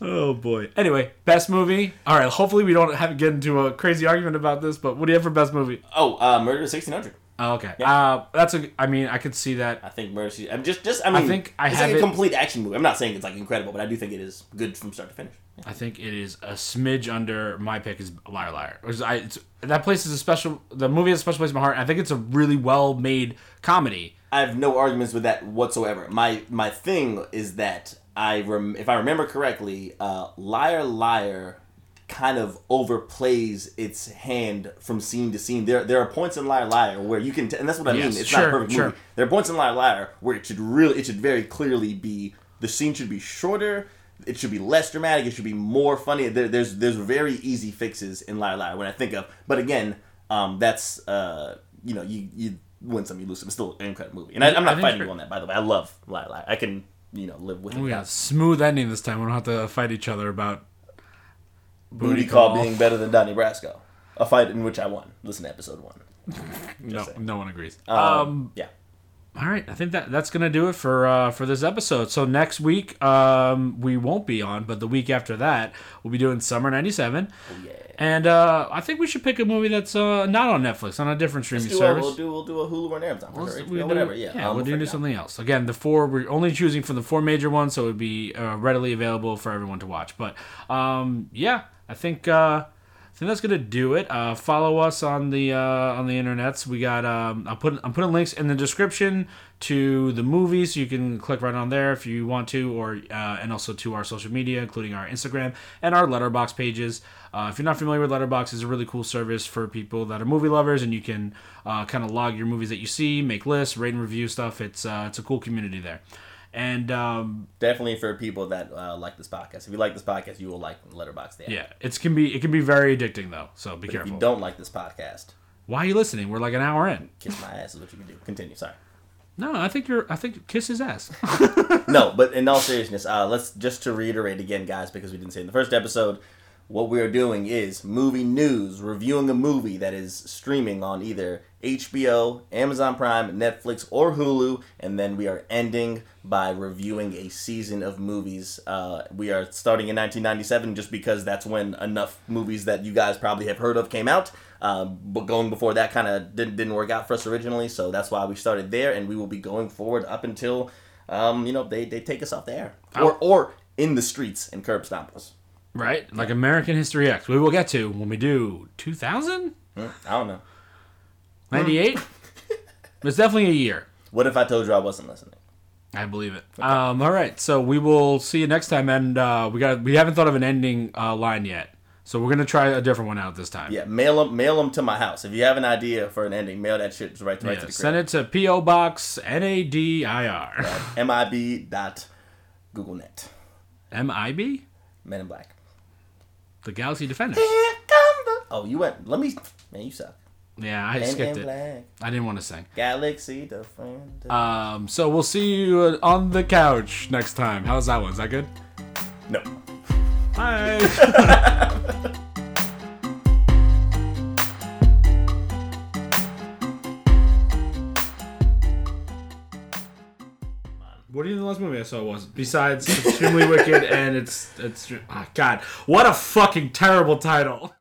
[SPEAKER 1] oh boy. Anyway, best movie. All right. Hopefully we don't have get into a crazy argument about this. But what do you have for best movie?
[SPEAKER 2] Oh, uh, Murder sixteen hundred.
[SPEAKER 1] Oh, okay. Uh, that's a. I mean, I could see that.
[SPEAKER 2] I think Murder. 16- I'm just, just. I mean,
[SPEAKER 1] think I
[SPEAKER 2] it's
[SPEAKER 1] have
[SPEAKER 2] like a
[SPEAKER 1] it-
[SPEAKER 2] complete action movie. I'm not saying it's like incredible, but I do think it is good from start to finish.
[SPEAKER 1] I think it is a smidge under. My pick is Liar Liar. Which I, it's, that place is a special. The movie has a special place in my heart. and I think it's a really well made comedy.
[SPEAKER 2] I have no arguments with that whatsoever. My my thing is that I rem- if I remember correctly, uh, liar liar kind of overplays its hand from scene to scene. There there are points in liar liar where you can t- and that's what I
[SPEAKER 1] Yes,
[SPEAKER 2] mean. It's not
[SPEAKER 1] sure,
[SPEAKER 2] a perfect
[SPEAKER 1] sure.
[SPEAKER 2] movie. There are points in liar liar where it should really it should very clearly be the scene should be shorter. It should be less dramatic. It should be more funny. There, there's there's very easy fixes in Liar Liar when I think of. But again, um, that's uh, you know you you win some you lose some. It's still an incredible movie, and I, I'm
[SPEAKER 1] I
[SPEAKER 2] not
[SPEAKER 1] think
[SPEAKER 2] fighting
[SPEAKER 1] you're-
[SPEAKER 2] you on that. By the way, I love Liar Liar. I can you know live with it.
[SPEAKER 1] We got a smooth ending this time. We don't have to fight each other about
[SPEAKER 2] Booty call being better than Donnie Brasco. A fight in which I won. Listen to episode one.
[SPEAKER 1] No, no one agrees.
[SPEAKER 2] Uh, um,
[SPEAKER 1] Um,
[SPEAKER 2] Yeah.
[SPEAKER 1] All right, I think that that's gonna do it for uh, for this episode. So next week um, we won't be on, but the week after that we'll be doing Summer '97. Oh yeah. And uh, I think we should pick a movie that's uh, not on Netflix on a different streaming
[SPEAKER 2] Do a,
[SPEAKER 1] service.
[SPEAKER 2] we'll do we'll do a Hulu or an Amazon or
[SPEAKER 1] Let's-
[SPEAKER 2] HBO,
[SPEAKER 1] we do-
[SPEAKER 2] whatever. Yeah, um,
[SPEAKER 1] we'll
[SPEAKER 2] we'll
[SPEAKER 1] do,
[SPEAKER 2] figure it out.
[SPEAKER 1] something else. Again, the four we're only choosing from the four major ones, so it would be uh, readily available for everyone to watch. But um, yeah, I think uh, I think that's gonna do it. Uh, follow us on the uh, on the internets. We got um, I'm putting I'm putting links in the description to the movie, so you can click right on there if you want to, or uh, and also to our social media, including our Instagram and our Letterbox pages. Uh, if you're not familiar with Letterbox, it's a really cool service for people that are movie lovers, and you can uh, kind of log your movies that you see, make lists, rate and review stuff. It's uh, it's a cool community there. And um,
[SPEAKER 2] Definitely for people that uh, like this podcast. If you like this podcast, you will like Letterbox. The app.
[SPEAKER 1] yeah, it can be it can be very addicting though, so be
[SPEAKER 2] If
[SPEAKER 1] careful.
[SPEAKER 2] you don't like this podcast,
[SPEAKER 1] Why are you listening? We're like an hour in.
[SPEAKER 2] kiss my ass is what you can do. Continue. Sorry.
[SPEAKER 1] No, I think you're. I think kiss his
[SPEAKER 2] [laughs]
[SPEAKER 1] ass.
[SPEAKER 2] No, but in all seriousness, uh, let's just to reiterate again, guys, because we didn't say in the first episode, what we are doing is movie news, reviewing a movie that is streaming on either HBO, Amazon Prime, Netflix, or Hulu, and then we are ending by reviewing a season of movies. Uh, we are starting in 1997 just because that's when enough movies that you guys probably have heard of came out. Uh, but going before that kind of didn't, didn't work out for us originally, so that's why we started there, and we will be going forward up until um, you know, they, they take us off the air or or in the streets and curb stomp us.
[SPEAKER 1] Right? Like American History X. We will get to when we do 2000?
[SPEAKER 2] I don't know. [laughs]
[SPEAKER 1] 98? it's definitely a year.
[SPEAKER 2] What if I told you I wasn't listening?
[SPEAKER 1] I believe it. Um, all right, so we will see you next time, and uh, we got we haven't thought of an ending uh, line yet, so we're gonna try a different one out this time.
[SPEAKER 2] Yeah, mail them mail them to my house. If you have an idea for an ending, mail that shit right to right
[SPEAKER 1] Yeah,
[SPEAKER 2] to the
[SPEAKER 1] send
[SPEAKER 2] crib.
[SPEAKER 1] it to PO Box N A D I R [laughs]
[SPEAKER 2] MIB dot Google Net.
[SPEAKER 1] M I B
[SPEAKER 2] Men in Black.
[SPEAKER 1] the Galaxy Defenders.
[SPEAKER 2] Here come the- Oh, you went. Let me. Man, you suck.
[SPEAKER 1] Yeah, I
[SPEAKER 2] Men
[SPEAKER 1] skipped
[SPEAKER 2] in
[SPEAKER 1] it.
[SPEAKER 2] Black,
[SPEAKER 1] I didn't want to sing.
[SPEAKER 2] Galaxy Defender.
[SPEAKER 1] Um, so we'll see you uh, on the couch next time. How's that one? Is that good?
[SPEAKER 2] no.
[SPEAKER 1] Bye. [laughs] What do you think the last movie I saw was? Besides Extremely Wicked and it's it's ah, God, what a fucking terrible title.